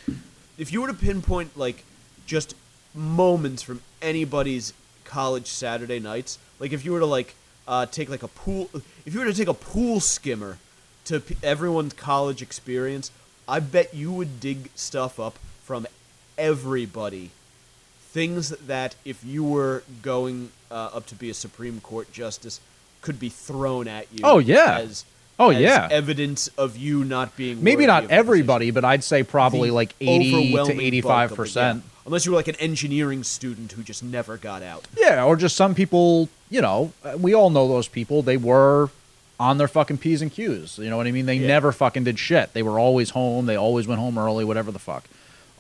If you were to pinpoint like just moments from anybody's college Saturday nights. Like if you were to like uh, take like a pool, if you were to take a pool skimmer to p- everyone's college experience, I bet you would dig stuff up from everybody. Things that if you were going uh, up to be a Supreme Court justice could be thrown at you. Oh, yeah. As, Oh, as yeah. Evidence of you not being Maybe worthy not of the position. everybody, but I'd say probably The like 80 overwhelming to bulk of it, 85 percent. yeah. Unless you were like an engineering student who just never got out. Yeah, or just some people, you know, uh, we all know those people. They were on their fucking P's and Q's. You know what I mean? They Yeah. never fucking did shit. They were always home. They always went home early, whatever the fuck.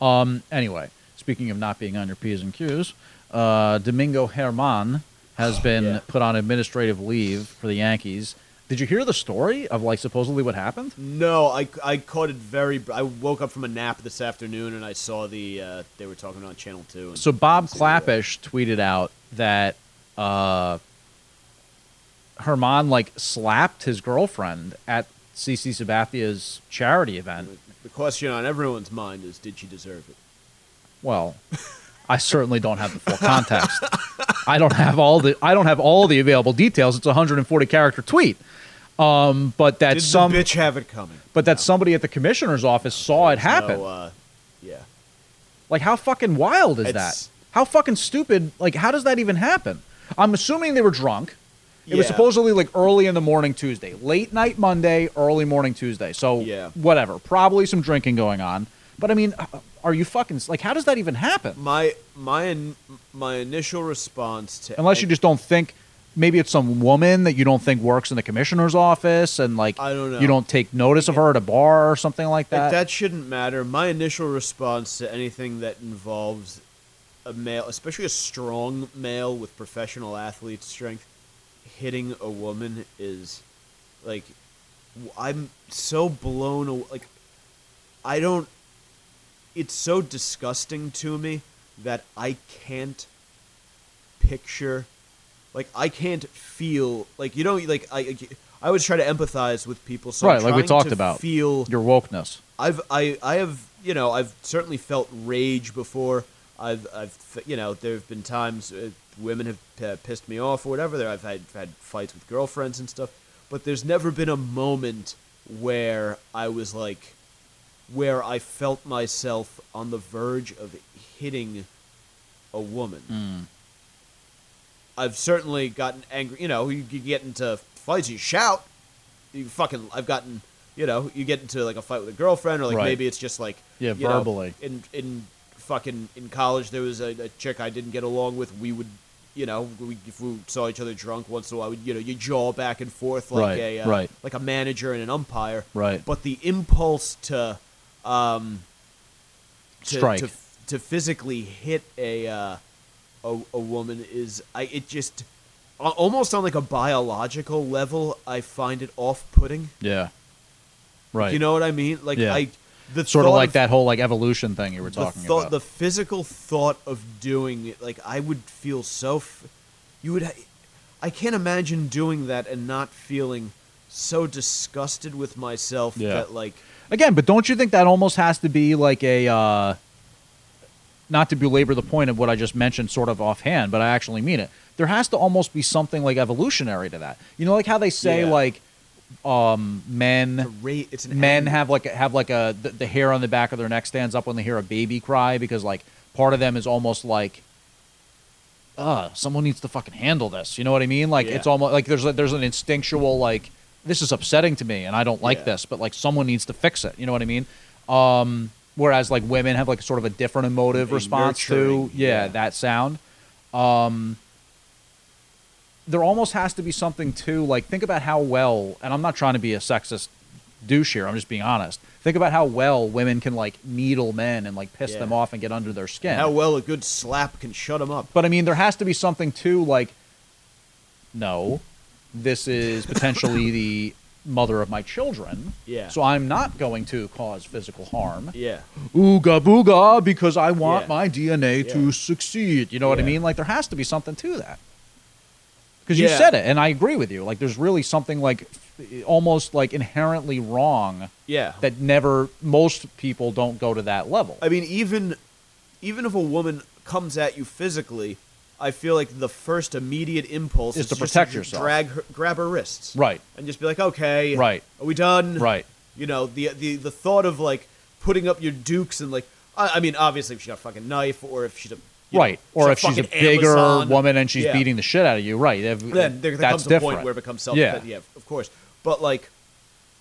Um, anyway, speaking of not being on your P's and Q's, uh, Domingo Herman has been Oh, yeah. put on administrative leave for the Yankees. Did you hear the story of like supposedly what happened? No, I, I caught it very. I woke up from a nap this afternoon and I saw the uh, they were talking on Channel Two. And So Bob and see that. Clappish tweeted out that uh, Herman like slapped his girlfriend at CC Sabathia's charity event. The question on everyone's mind is, did she deserve it? Well, I certainly don't have the full context. I don't have all the I don't have all the available details. It's a 140 character tweet. Um, but that Did some the bitch have it coming? but that somebody at the commissioner's office saw it There's happen. No, uh, yeah, Like, how fucking wild is that? It's- How fucking stupid? Like, how does that even happen? I'm assuming they were drunk. It was Yeah. supposedly like early in the morning Tuesday, late night Monday, early morning Tuesday. So, Yeah. whatever. Probably some drinking going on. But I mean, uh, are you fucking like? How does that even happen? my my in, my initial response to Unless you just don't think. Maybe it's some woman that you don't think works in the commissioner's office, and like I don't know. you don't take notice of her at a bar or something like Like, that. that shouldn't matter. My initial response to anything that involves a male, especially a strong male with professional athlete strength, hitting a woman is like w- I'm so blown away. Like I don't. It's so disgusting to me that I can't picture like I can't feel like you don't like I I always try to empathize with people so I'm right, like we trying talked to about. feel your wokeness. I've I I have you know I've certainly felt rage before. I've I've f- you know there have been times uh, women have uh, pissed me off or whatever. There I've had had fights with girlfriends and stuff, but there's never been a moment where I was like, where I felt myself on the verge of hitting a woman. Mm. I've certainly gotten angry. You know, you, you get into fights, you shout. You fucking. I've gotten. You know, you get into like a fight with a girlfriend, or like Right. maybe it's just like Yeah, you know, verbally. in in fucking in college, there was a, a chick I didn't get along with. We would, you know, we, if we saw each other drunk once in a while, we'd, you know, you jaw back and forth like Right, a uh, right. like a manager and an umpire. Right. But the impulse to um, to, Strike. to to physically hit a uh, a, a woman is I it just a- almost on like a biological level I find it off putting. Yeah, right. You know what I mean? Like Yeah. I the sort of thought like that whole like evolution thing you were talking the thought, about. the physical thought of doing it, like I would feel so. F- you would, ha- I can't imagine doing that and not feeling so disgusted with myself Yeah. that like Again, but don't you think that almost has to be like a uh, not to belabor the point of what I just mentioned, sort of offhand, but I actually mean it. There has to almost be something like evolutionary to that. You know, like how they say Yeah. like um, men the rate. It's an men ang- have like a, have like a the, the hair on the back of their neck stands up when they hear a baby cry because like part of them is almost like uh someone needs to fucking handle this you know what i mean like Yeah. it's almost like there's a, there's an instinctual like this is upsetting to me and i don't like Yeah. this but like someone needs to fix it you know what i mean um whereas like women have like sort of a different emotive A response to nurturing, yeah, yeah. that sound um there almost has to be something too like think about how well and i'm not trying to be a sexist douche here i'm just being honest think about how well women can like needle men and like piss Yeah. them off and get under their skin How well a good slap can shut them up. but I mean, there has to be something too. Like, no, this is potentially the mother of my children. Yeah. So I'm not going to cause physical harm. Yeah, Ooga booga, because I want Yeah. my DNA Yeah. to succeed. You know what I Yeah. mean? Like, there has to be something to that. Because you Yeah. said it, and I agree with you. Like, there's really something like f- almost like inherently wrong yeah. that never most people don't go to that level. I mean, even even if a woman comes at you physically, I feel like the first immediate impulse Is is, to just protect yourself. Drag her, grab her wrists, Right. and just be like, "Okay, Right. are we done?" Right. You know, the the the thought of like putting up your dukes and like, I, I mean, obviously, if she's got a fucking knife or if she's a you know, right. or if she's a fucking bigger Amazon, woman and she's yeah. beating the shit out of you, right? If- then there, there that's comes a different. point where it becomes self Yeah. yeah. of course. But like,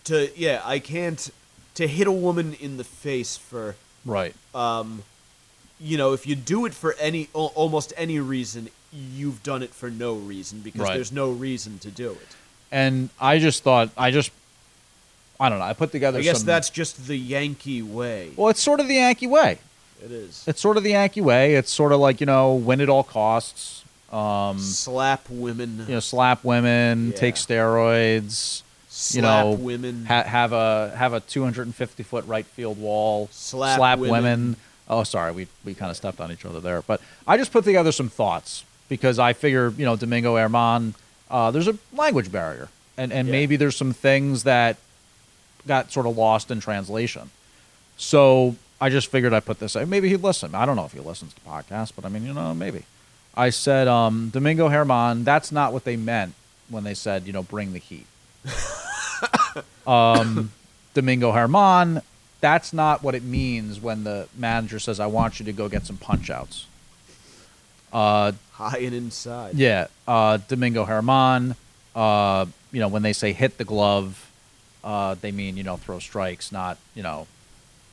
to yeah, I can't to hit a woman in the face for right. you know, if you do it for any al- almost any reason, you've done it for no reason because Right. there's no reason to do it. and I just thought, I just, I don't know. I put together. I guess some, that's just the Yankee way. Well, it's sort of the Yankee way. It is. It's sort of the Yankee way. It's sort of like you know, win at all costs. Um, Mm. Slap women. you know, slap women, Yeah. take steroids, you slap know, women. ha- have a have a 250 foot right field wall, Slap women. women. Oh, sorry, we we kind of stepped on each other there, but I just put together some thoughts because I figure you know Domingo Herman, uh, there's a language barrier, and and Yeah. maybe there's some things that got sort of lost in translation. So I just figured I put this. uh, Maybe he'd listen. I don't know if he listens to podcasts, but I mean, you know, maybe. I said, um, Domingo Herman, that's not what they meant when they said, you know, bring the heat. um, Domingo Herman, that's not what it means when the manager says, I want you to go get some punch outs. Uh, high and inside. yeah, uh, Domingo Herman. Uh, you know, when they say hit the glove, uh, they mean you know throw strikes, not you know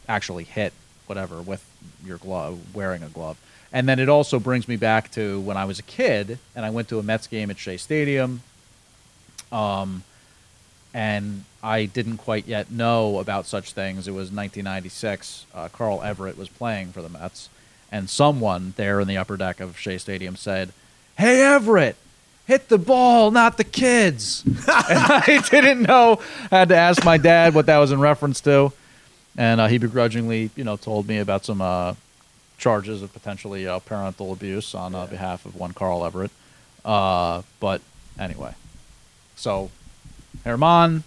actually hit whatever with your glove, wearing a glove. And then it also brings me back to when I was a kid and I went to a Mets game at Shea Stadium. Um, and I didn't quite yet know about such things. It was 1996. Uh, Carl Everett was playing for the Mets, and someone there in the upper deck of Shea Stadium said, "Hey Everett, hit the ball, not the kids." and I didn't know. I had to ask my dad what that was in reference to, and uh, he begrudgingly, you know, told me about some uh, charges of potentially uh, parental abuse on uh, behalf of one Carl Everett. Uh, but anyway, so Herman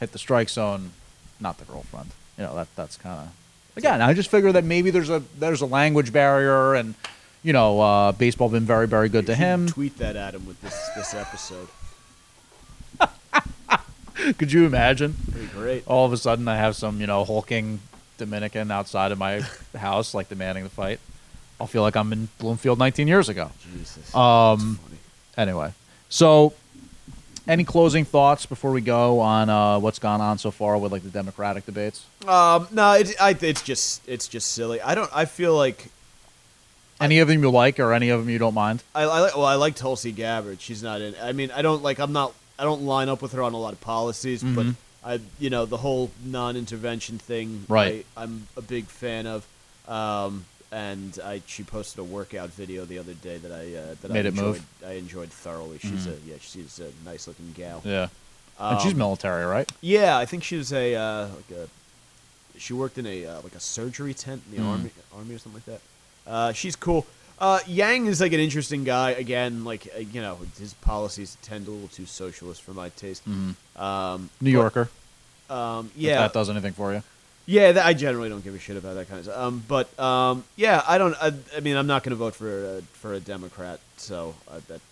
hit the strike zone, not the girlfriend. You know that that's kind of again. I just figure that maybe there's a there's a language barrier, and you know uh, baseball been very very good to You should him. Tweet that at him with this this episode. Could you imagine? Pretty great. All of a sudden, I have some you know hulking Dominican outside of my house, like demanding the fight. I'll feel like I'm in Bloomfield 19 years ago. Jesus. Um, anyway, so any closing thoughts before we go on uh, what's gone on so far with like the Democratic debates? Um, no, it, I, it's just it's just silly. I don't. I feel like Any of them you like, or any of them you don't mind? I, I like. Well, I like Tulsi Gabbard. She's not in. I mean, I don't like. I'm not. I don't line up with her on a lot of policies, but Mm-hmm. I, you know, the whole non-intervention thing. Right. I, I'm a big fan of. Um, and I she posted a workout video the other day that I uh, that Made I it enjoyed, move? Mm-hmm. I enjoyed thoroughly. She's a yeah. She's a nice-looking gal. Yeah, and Um, she's military, right? Yeah, I think she was a uh, like a she worked in a uh, like a surgery tent in the army army or something like that. Uh, she's cool. Uh, Yang is like an interesting guy again. Like uh, you know, his policies tend a little too socialist for my taste. Um, New Yorker. um, if yeah, that does anything for you. yeah, that, I generally don't give a shit about that kind of stuff. Um, but um, yeah, I don't. I, I mean, I'm not going to vote for a, for a Democrat, so uh, that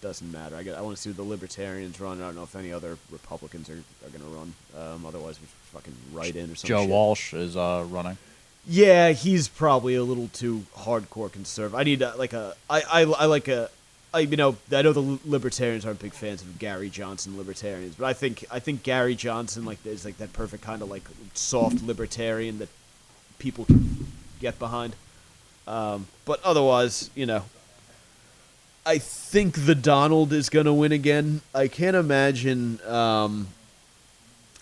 doesn't matter. I, got- I want to see the Libertarians run. I don't know if any other Republicans are, are going to run. Um, otherwise, we should fucking write in or something. Joe Walsh is uh, running. Yeah, he's probably a little too hardcore conservative. I need uh, like a I, I I like a I you know I know the li- libertarians aren't big fans of Gary Johnson libertarians, but I think I think Gary Johnson like is like that perfect kind of like soft libertarian that people can get behind. Um, but otherwise, you know, I think the Donald is going to win again. I can't imagine um,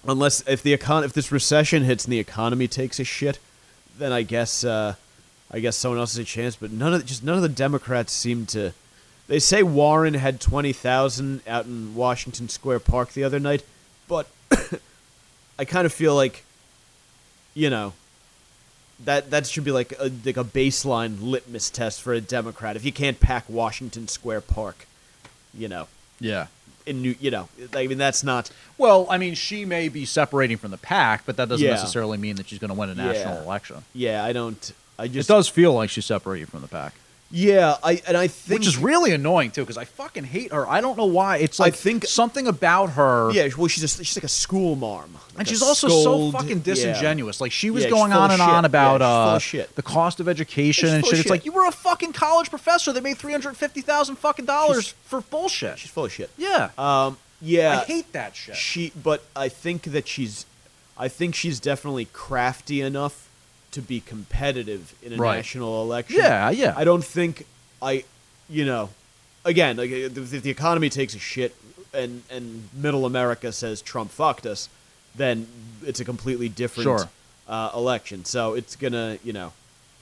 unless if the econ if this recession hits and the economy takes a shit, then I guess uh, I guess someone else has a chance. But none of the, just none of the Democrats seem to. They say Warren had twenty thousand out in Washington Square Park the other night, but I kind of feel like, you know, that that should be like a, like a baseline litmus test for a Democrat. If you can't pack Washington Square Park, you know, Yeah. in New, you know, I mean that's not. Well, I mean, she may be separating from the pack, but that doesn't Yeah. necessarily mean that she's going to win a national Yeah. election. Yeah, I don't. I It just does feel like she's separating from the pack, Yeah, I and I think which is really annoying too, because I fucking hate her. I don't know why. It's like think- something about her. yeah. Well, she's just she's like a school mom, Like and a she's also scold- so fucking yeah. disingenuous. Like she was Yeah, she's going full on of and shit. on about Yeah, she's full uh, of shit. the cost of education Yeah, and she's full shit. of It's like shit. you were a fucking college professor that made three hundred fifty thousand fucking dollars She's- for bullshit. She's full of shit. yeah, Um. Yeah. I hate that shit. She, but I think that she's, I think she's definitely crafty enough to be competitive in a Right. national election. Yeah, yeah. I don't think I, you know, again, like if the, the economy takes a shit and and middle America says Trump fucked us, then it's a completely different Sure. uh, election. So it's gonna, you know,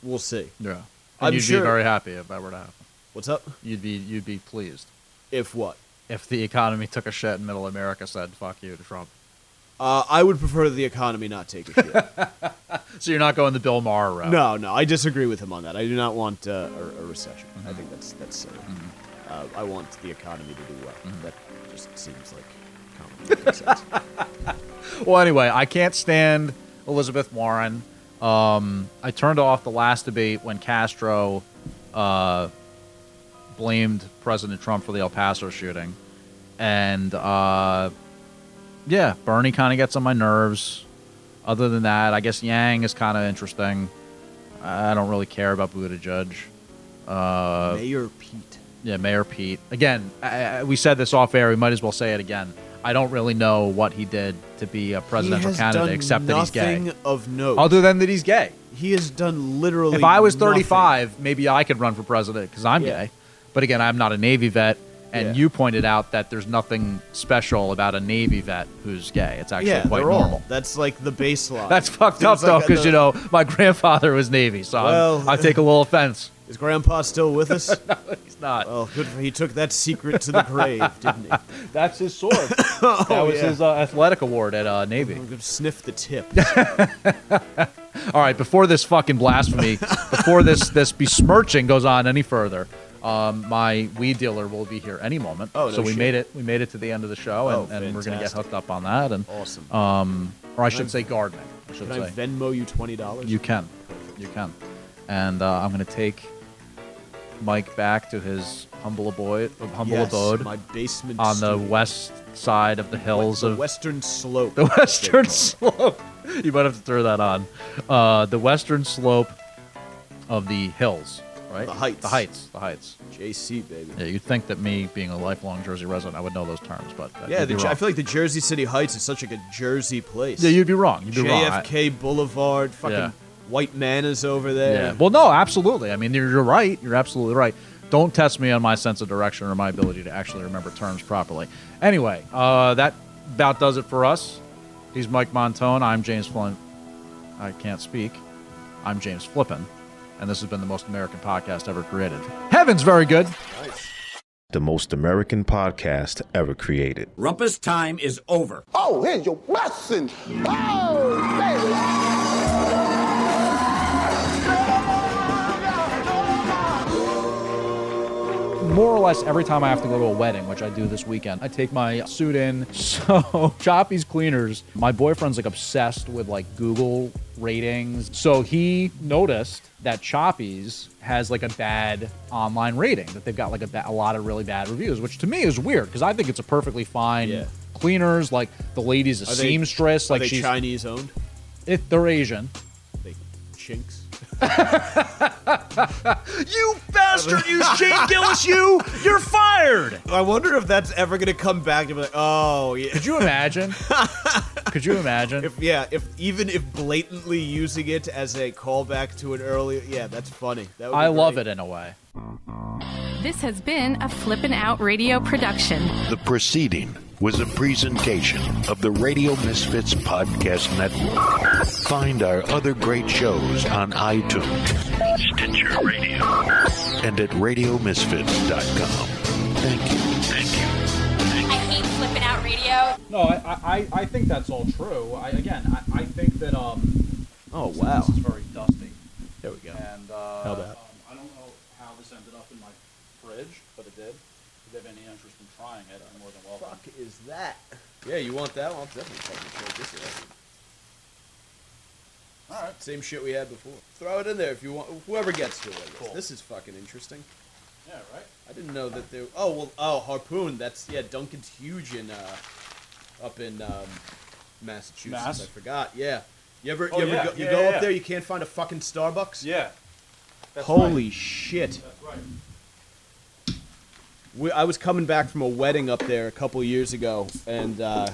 We'll see. Yeah. And I'm you'd sure- be very happy if that were to happen. What's up? You'd be you'd be pleased If what? if the economy took a shit and Middle America said "fuck you" to Trump. Uh, I would prefer the economy not take a shit. So you're not going the Bill Maher route. no, no, I disagree with him on that. I do not want uh, a, a recession. Mm-hmm. I think that's that's silly. Uh, I want the economy to do well. Mm-hmm. That just seems like common sense. Well, anyway, I can't stand Elizabeth Warren. Um, I turned off the last debate when Castro uh, blamed President Trump for the El Paso shooting, and uh, yeah, Bernie kind of gets on my nerves. Other than that, I guess Yang is kind of interesting. I don't really care about Buttigieg. Uh, Mayor Pete. yeah, Mayor Pete. Again, I, I- we said this off air. We might as well say it again. I don't really know what he did to be a presidential He has candidate, done except that he's gay. nothing Of note, Other than that he's gay. he has done literally. If I was nothing. 35, maybe I could run for president because I'm Yeah. gay. But again, I'm not a Navy vet. And Yeah. you pointed out that there's nothing special about a Navy vet who's gay. It's actually yeah, quite they're all- normal. That's like the baseline. That's fucked up, Seems though, like because, you another- know, my grandfather was Navy, so I'm- Well- I take a little offense. Is Grandpa still with us? He's not. well, good. For, he took that secret to the grave, didn't he? That's his sword. that was Oh, yeah. his uh, athletic award at uh, Navy. I'm gonna sniff the tip. All right, before this fucking blasphemy, before this this besmirching goes on any further, um, my weed dealer will be here any moment. Oh, no so we shit. made it. We made it to the end of the show, Oh, and, and we're gonna get fantastic. hooked up on that. And Awesome. Oh, or I should say gardening. I should Can say I Venmo you twenty dollars? you can, you can. And uh, I'm gonna take Mike back to his humble abode, humble yes, abode my basement on the studio. west side of the hills the of western slope. the western slope. slope. You might have to throw that on. Uh, the western slope of the hills, right? The heights. The heights. The heights. JC baby. Yeah, you'd think that me being a lifelong Jersey resident, I would know those terms, but uh, Yeah, you'd be the, wrong. I feel like the Jersey City Heights is such like a Jersey place. yeah, you'd be wrong. You'd be wrong. I- JFK Boulevard, fucking Yeah. white man is over there. yeah. Well, no, absolutely. I mean, you're, you're right. You're absolutely right. Don't test me on my sense of direction or my ability to actually remember terms properly. Anyway, uh, that about does it for us. He's Mike Montone. I'm James Flynn. I can't speak. I'm James Flippin. And this has been the most American podcast ever created. Heaven's very good. the most American podcast ever created. Rumpus time is over. Oh, here's your blessing. Oh, baby. more or less every time I have to go to a wedding, which I do this weekend, I take my suit in. So Choppy's Cleaners, my boyfriend's like obsessed with like Google ratings. So he noticed that Choppy's has like a bad online rating, that they've got like a, ba- a lot of really bad reviews, which to me is weird because I think it's a perfectly fine Yeah. cleaners. Like the lady's a Are they- seamstress, Are like they she's Chinese owned? if they're Asian. They chinks. You bastard! You Shane Gillis! You! You're fired! I wonder if that's ever gonna come back to be like, oh yeah. Could you imagine? Could you imagine? If yeah, if even if blatantly using it as a callback to an earlier, yeah, that's funny. That would be I love great. it in a way. This has been a Flippin' Out Radio production. The proceeding was a presentation of the Radio Misfits Podcast Network. Find our other great shows on iTunes, Stitcher Radio, and at RadioMisfits.com. Thank you. Thank you. I hate Flippin' Out Radio. No, Oh, I, I, I think that's all true. I, again, I, I think that um, Oh wow. this is very dusty, There we go. and uh, Held out. Um, I don't know how this ended up in my fridge, but it did. If you have any interest in trying it, I'm more than welcome. fuck is that? Yeah, you want that one? I'll definitely fucking trade this in. Alright. Same shit we had before. Throw it in there if you want. Whoever gets to it. I guess. Cool. This is fucking interesting. Yeah, right. I didn't know that there. Oh, well, oh, Harpoon. That's, yeah, Duncan's huge in, uh, up in, um, Massachusetts. Mass? I forgot, yeah. You ever, you Oh, ever yeah, go, you yeah, go yeah, up yeah. there, you can't find a fucking Starbucks? Yeah. Holy shit. That's right. We, I was coming back from a wedding up there a couple years ago, and uh,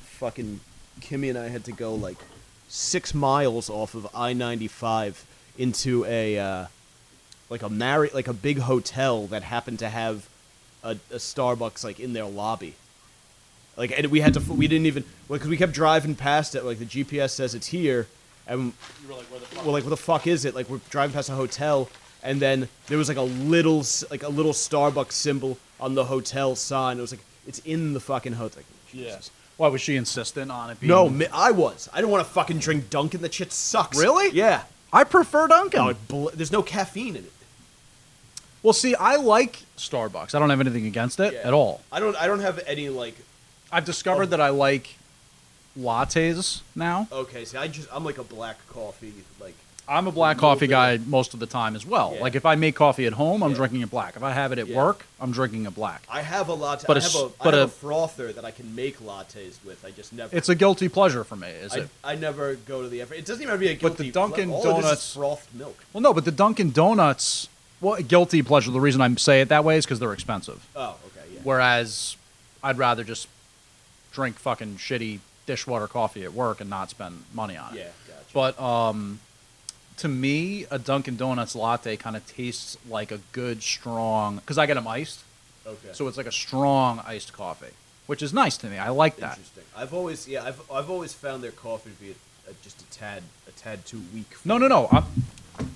fucking Kimmy and I had to go like six miles off of I ninety five into a uh, like a marri- like a big hotel that happened to have a, a Starbucks like in their lobby. Like, and we had to f- we didn't even because we kept driving past it. Like the GPS says it's here, and we were like, where the fuck, we're like, what the fuck is it? Like we're driving past a hotel, and then there was like a little s- like a little Starbucks symbol on the hotel sign. It was like it's in the fucking hotel. Yeah. Why was she insistent on it being? No, mi- I was. I didn't want to fucking drink Dunkin'. That shit sucks. Really? Hmm. Yeah. I prefer Dunkin'. No, it bl- there's no caffeine in it. Well, see, I like Starbucks. I don't have anything against it Yeah. at all. Oh. I don't. I don't have any like. I've discovered that I like lattes now. Okay, see, I just I'm like a black coffee like. I'm a black Little coffee bit. guy most of the time as well. Yeah. Like if I make coffee at home, I'm Yeah. drinking it black. If I have it at Yeah. work, I'm drinking it black. I have a latte. But I a have s- a, I but have a- a frother that I can make lattes with. I just never. It's a guilty pleasure for me. Is I, it? I never go to the effort. It doesn't even have to be a But guilty. the Dunkin' ple- all of this Donuts- is frothed milk. Well, no, but the Dunkin' Donuts. Well, guilty pleasure. The reason I say it that way is because they're expensive. Oh, okay, yeah. Whereas, I'd rather just drink fucking shitty dishwater coffee at work and not spend money on it. Yeah, gotcha. But um, to me, a Dunkin' Donuts latte kind of tastes like a good strong because I get them iced, okay. so it's like a strong iced coffee, which is nice to me. I like that. interesting. I've always yeah I've I've always found their coffee to be a, a, just a tad a tad too weak. For No, no, no. I'm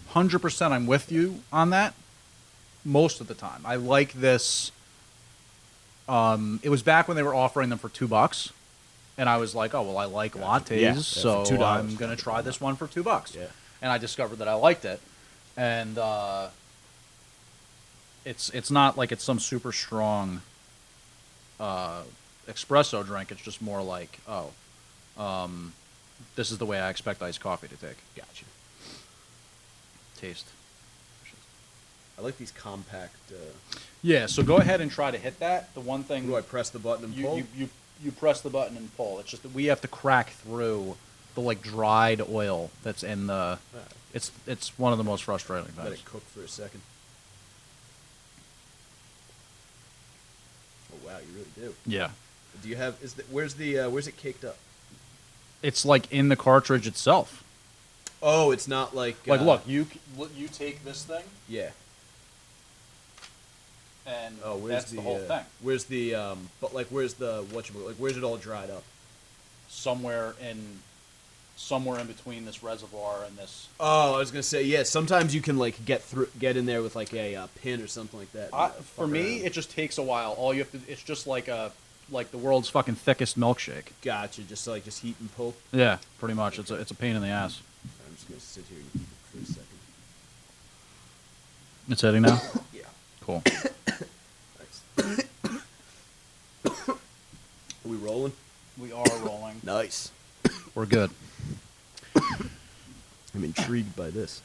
hundred percent. I'm with you on that. Most of the time, I like this. Um, it was back when they were offering them for two bucks, and I was like, "Oh well, I like lattes, Yeah, yeah, for so $2. I'm gonna try this one for two bucks." Yeah. And I discovered that I liked it, and uh, it's it's not like it's some super strong uh, espresso drink. It's just more like, oh, um, this is the way I expect iced coffee to take. Gotcha. Taste. I like these compact. Uh, Yeah, so go ahead and try to hit that. The one thing do I press the button and you, pull? you, you, you press the button and pull. It's just that we have to crack through the like dried oil that's in the. It's it's one of the most frustrating Let things. it cook for a second. Oh wow, you really do. Yeah, Do you have is the, where's the uh, where's it caked up? it's like in the cartridge itself. Oh, it's not like Like, uh, look, you c- look, you take this thing Yeah. and Oh, where's that's the, the, whole uh, thing. Where's the um? But like, where's the what? Like, where's it all dried up? Somewhere in somewhere in between this reservoir and this Oh, I was gonna say yeah. Sometimes you can like get through, get in there with like a uh, pin or something like that. and, I, uh, for fuck me, around. it just takes a while. All you have to, it's just like a, like the world's fucking thickest milkshake. gotcha. Just like just heat and pull. Yeah, pretty much. It's a, it's a pain in the ass. I'm just gonna sit here and heat it for a second. It's heading now. Yeah. Cool. Thanks. Are we rolling? We are rolling. Nice. We're good. I'm intrigued by this.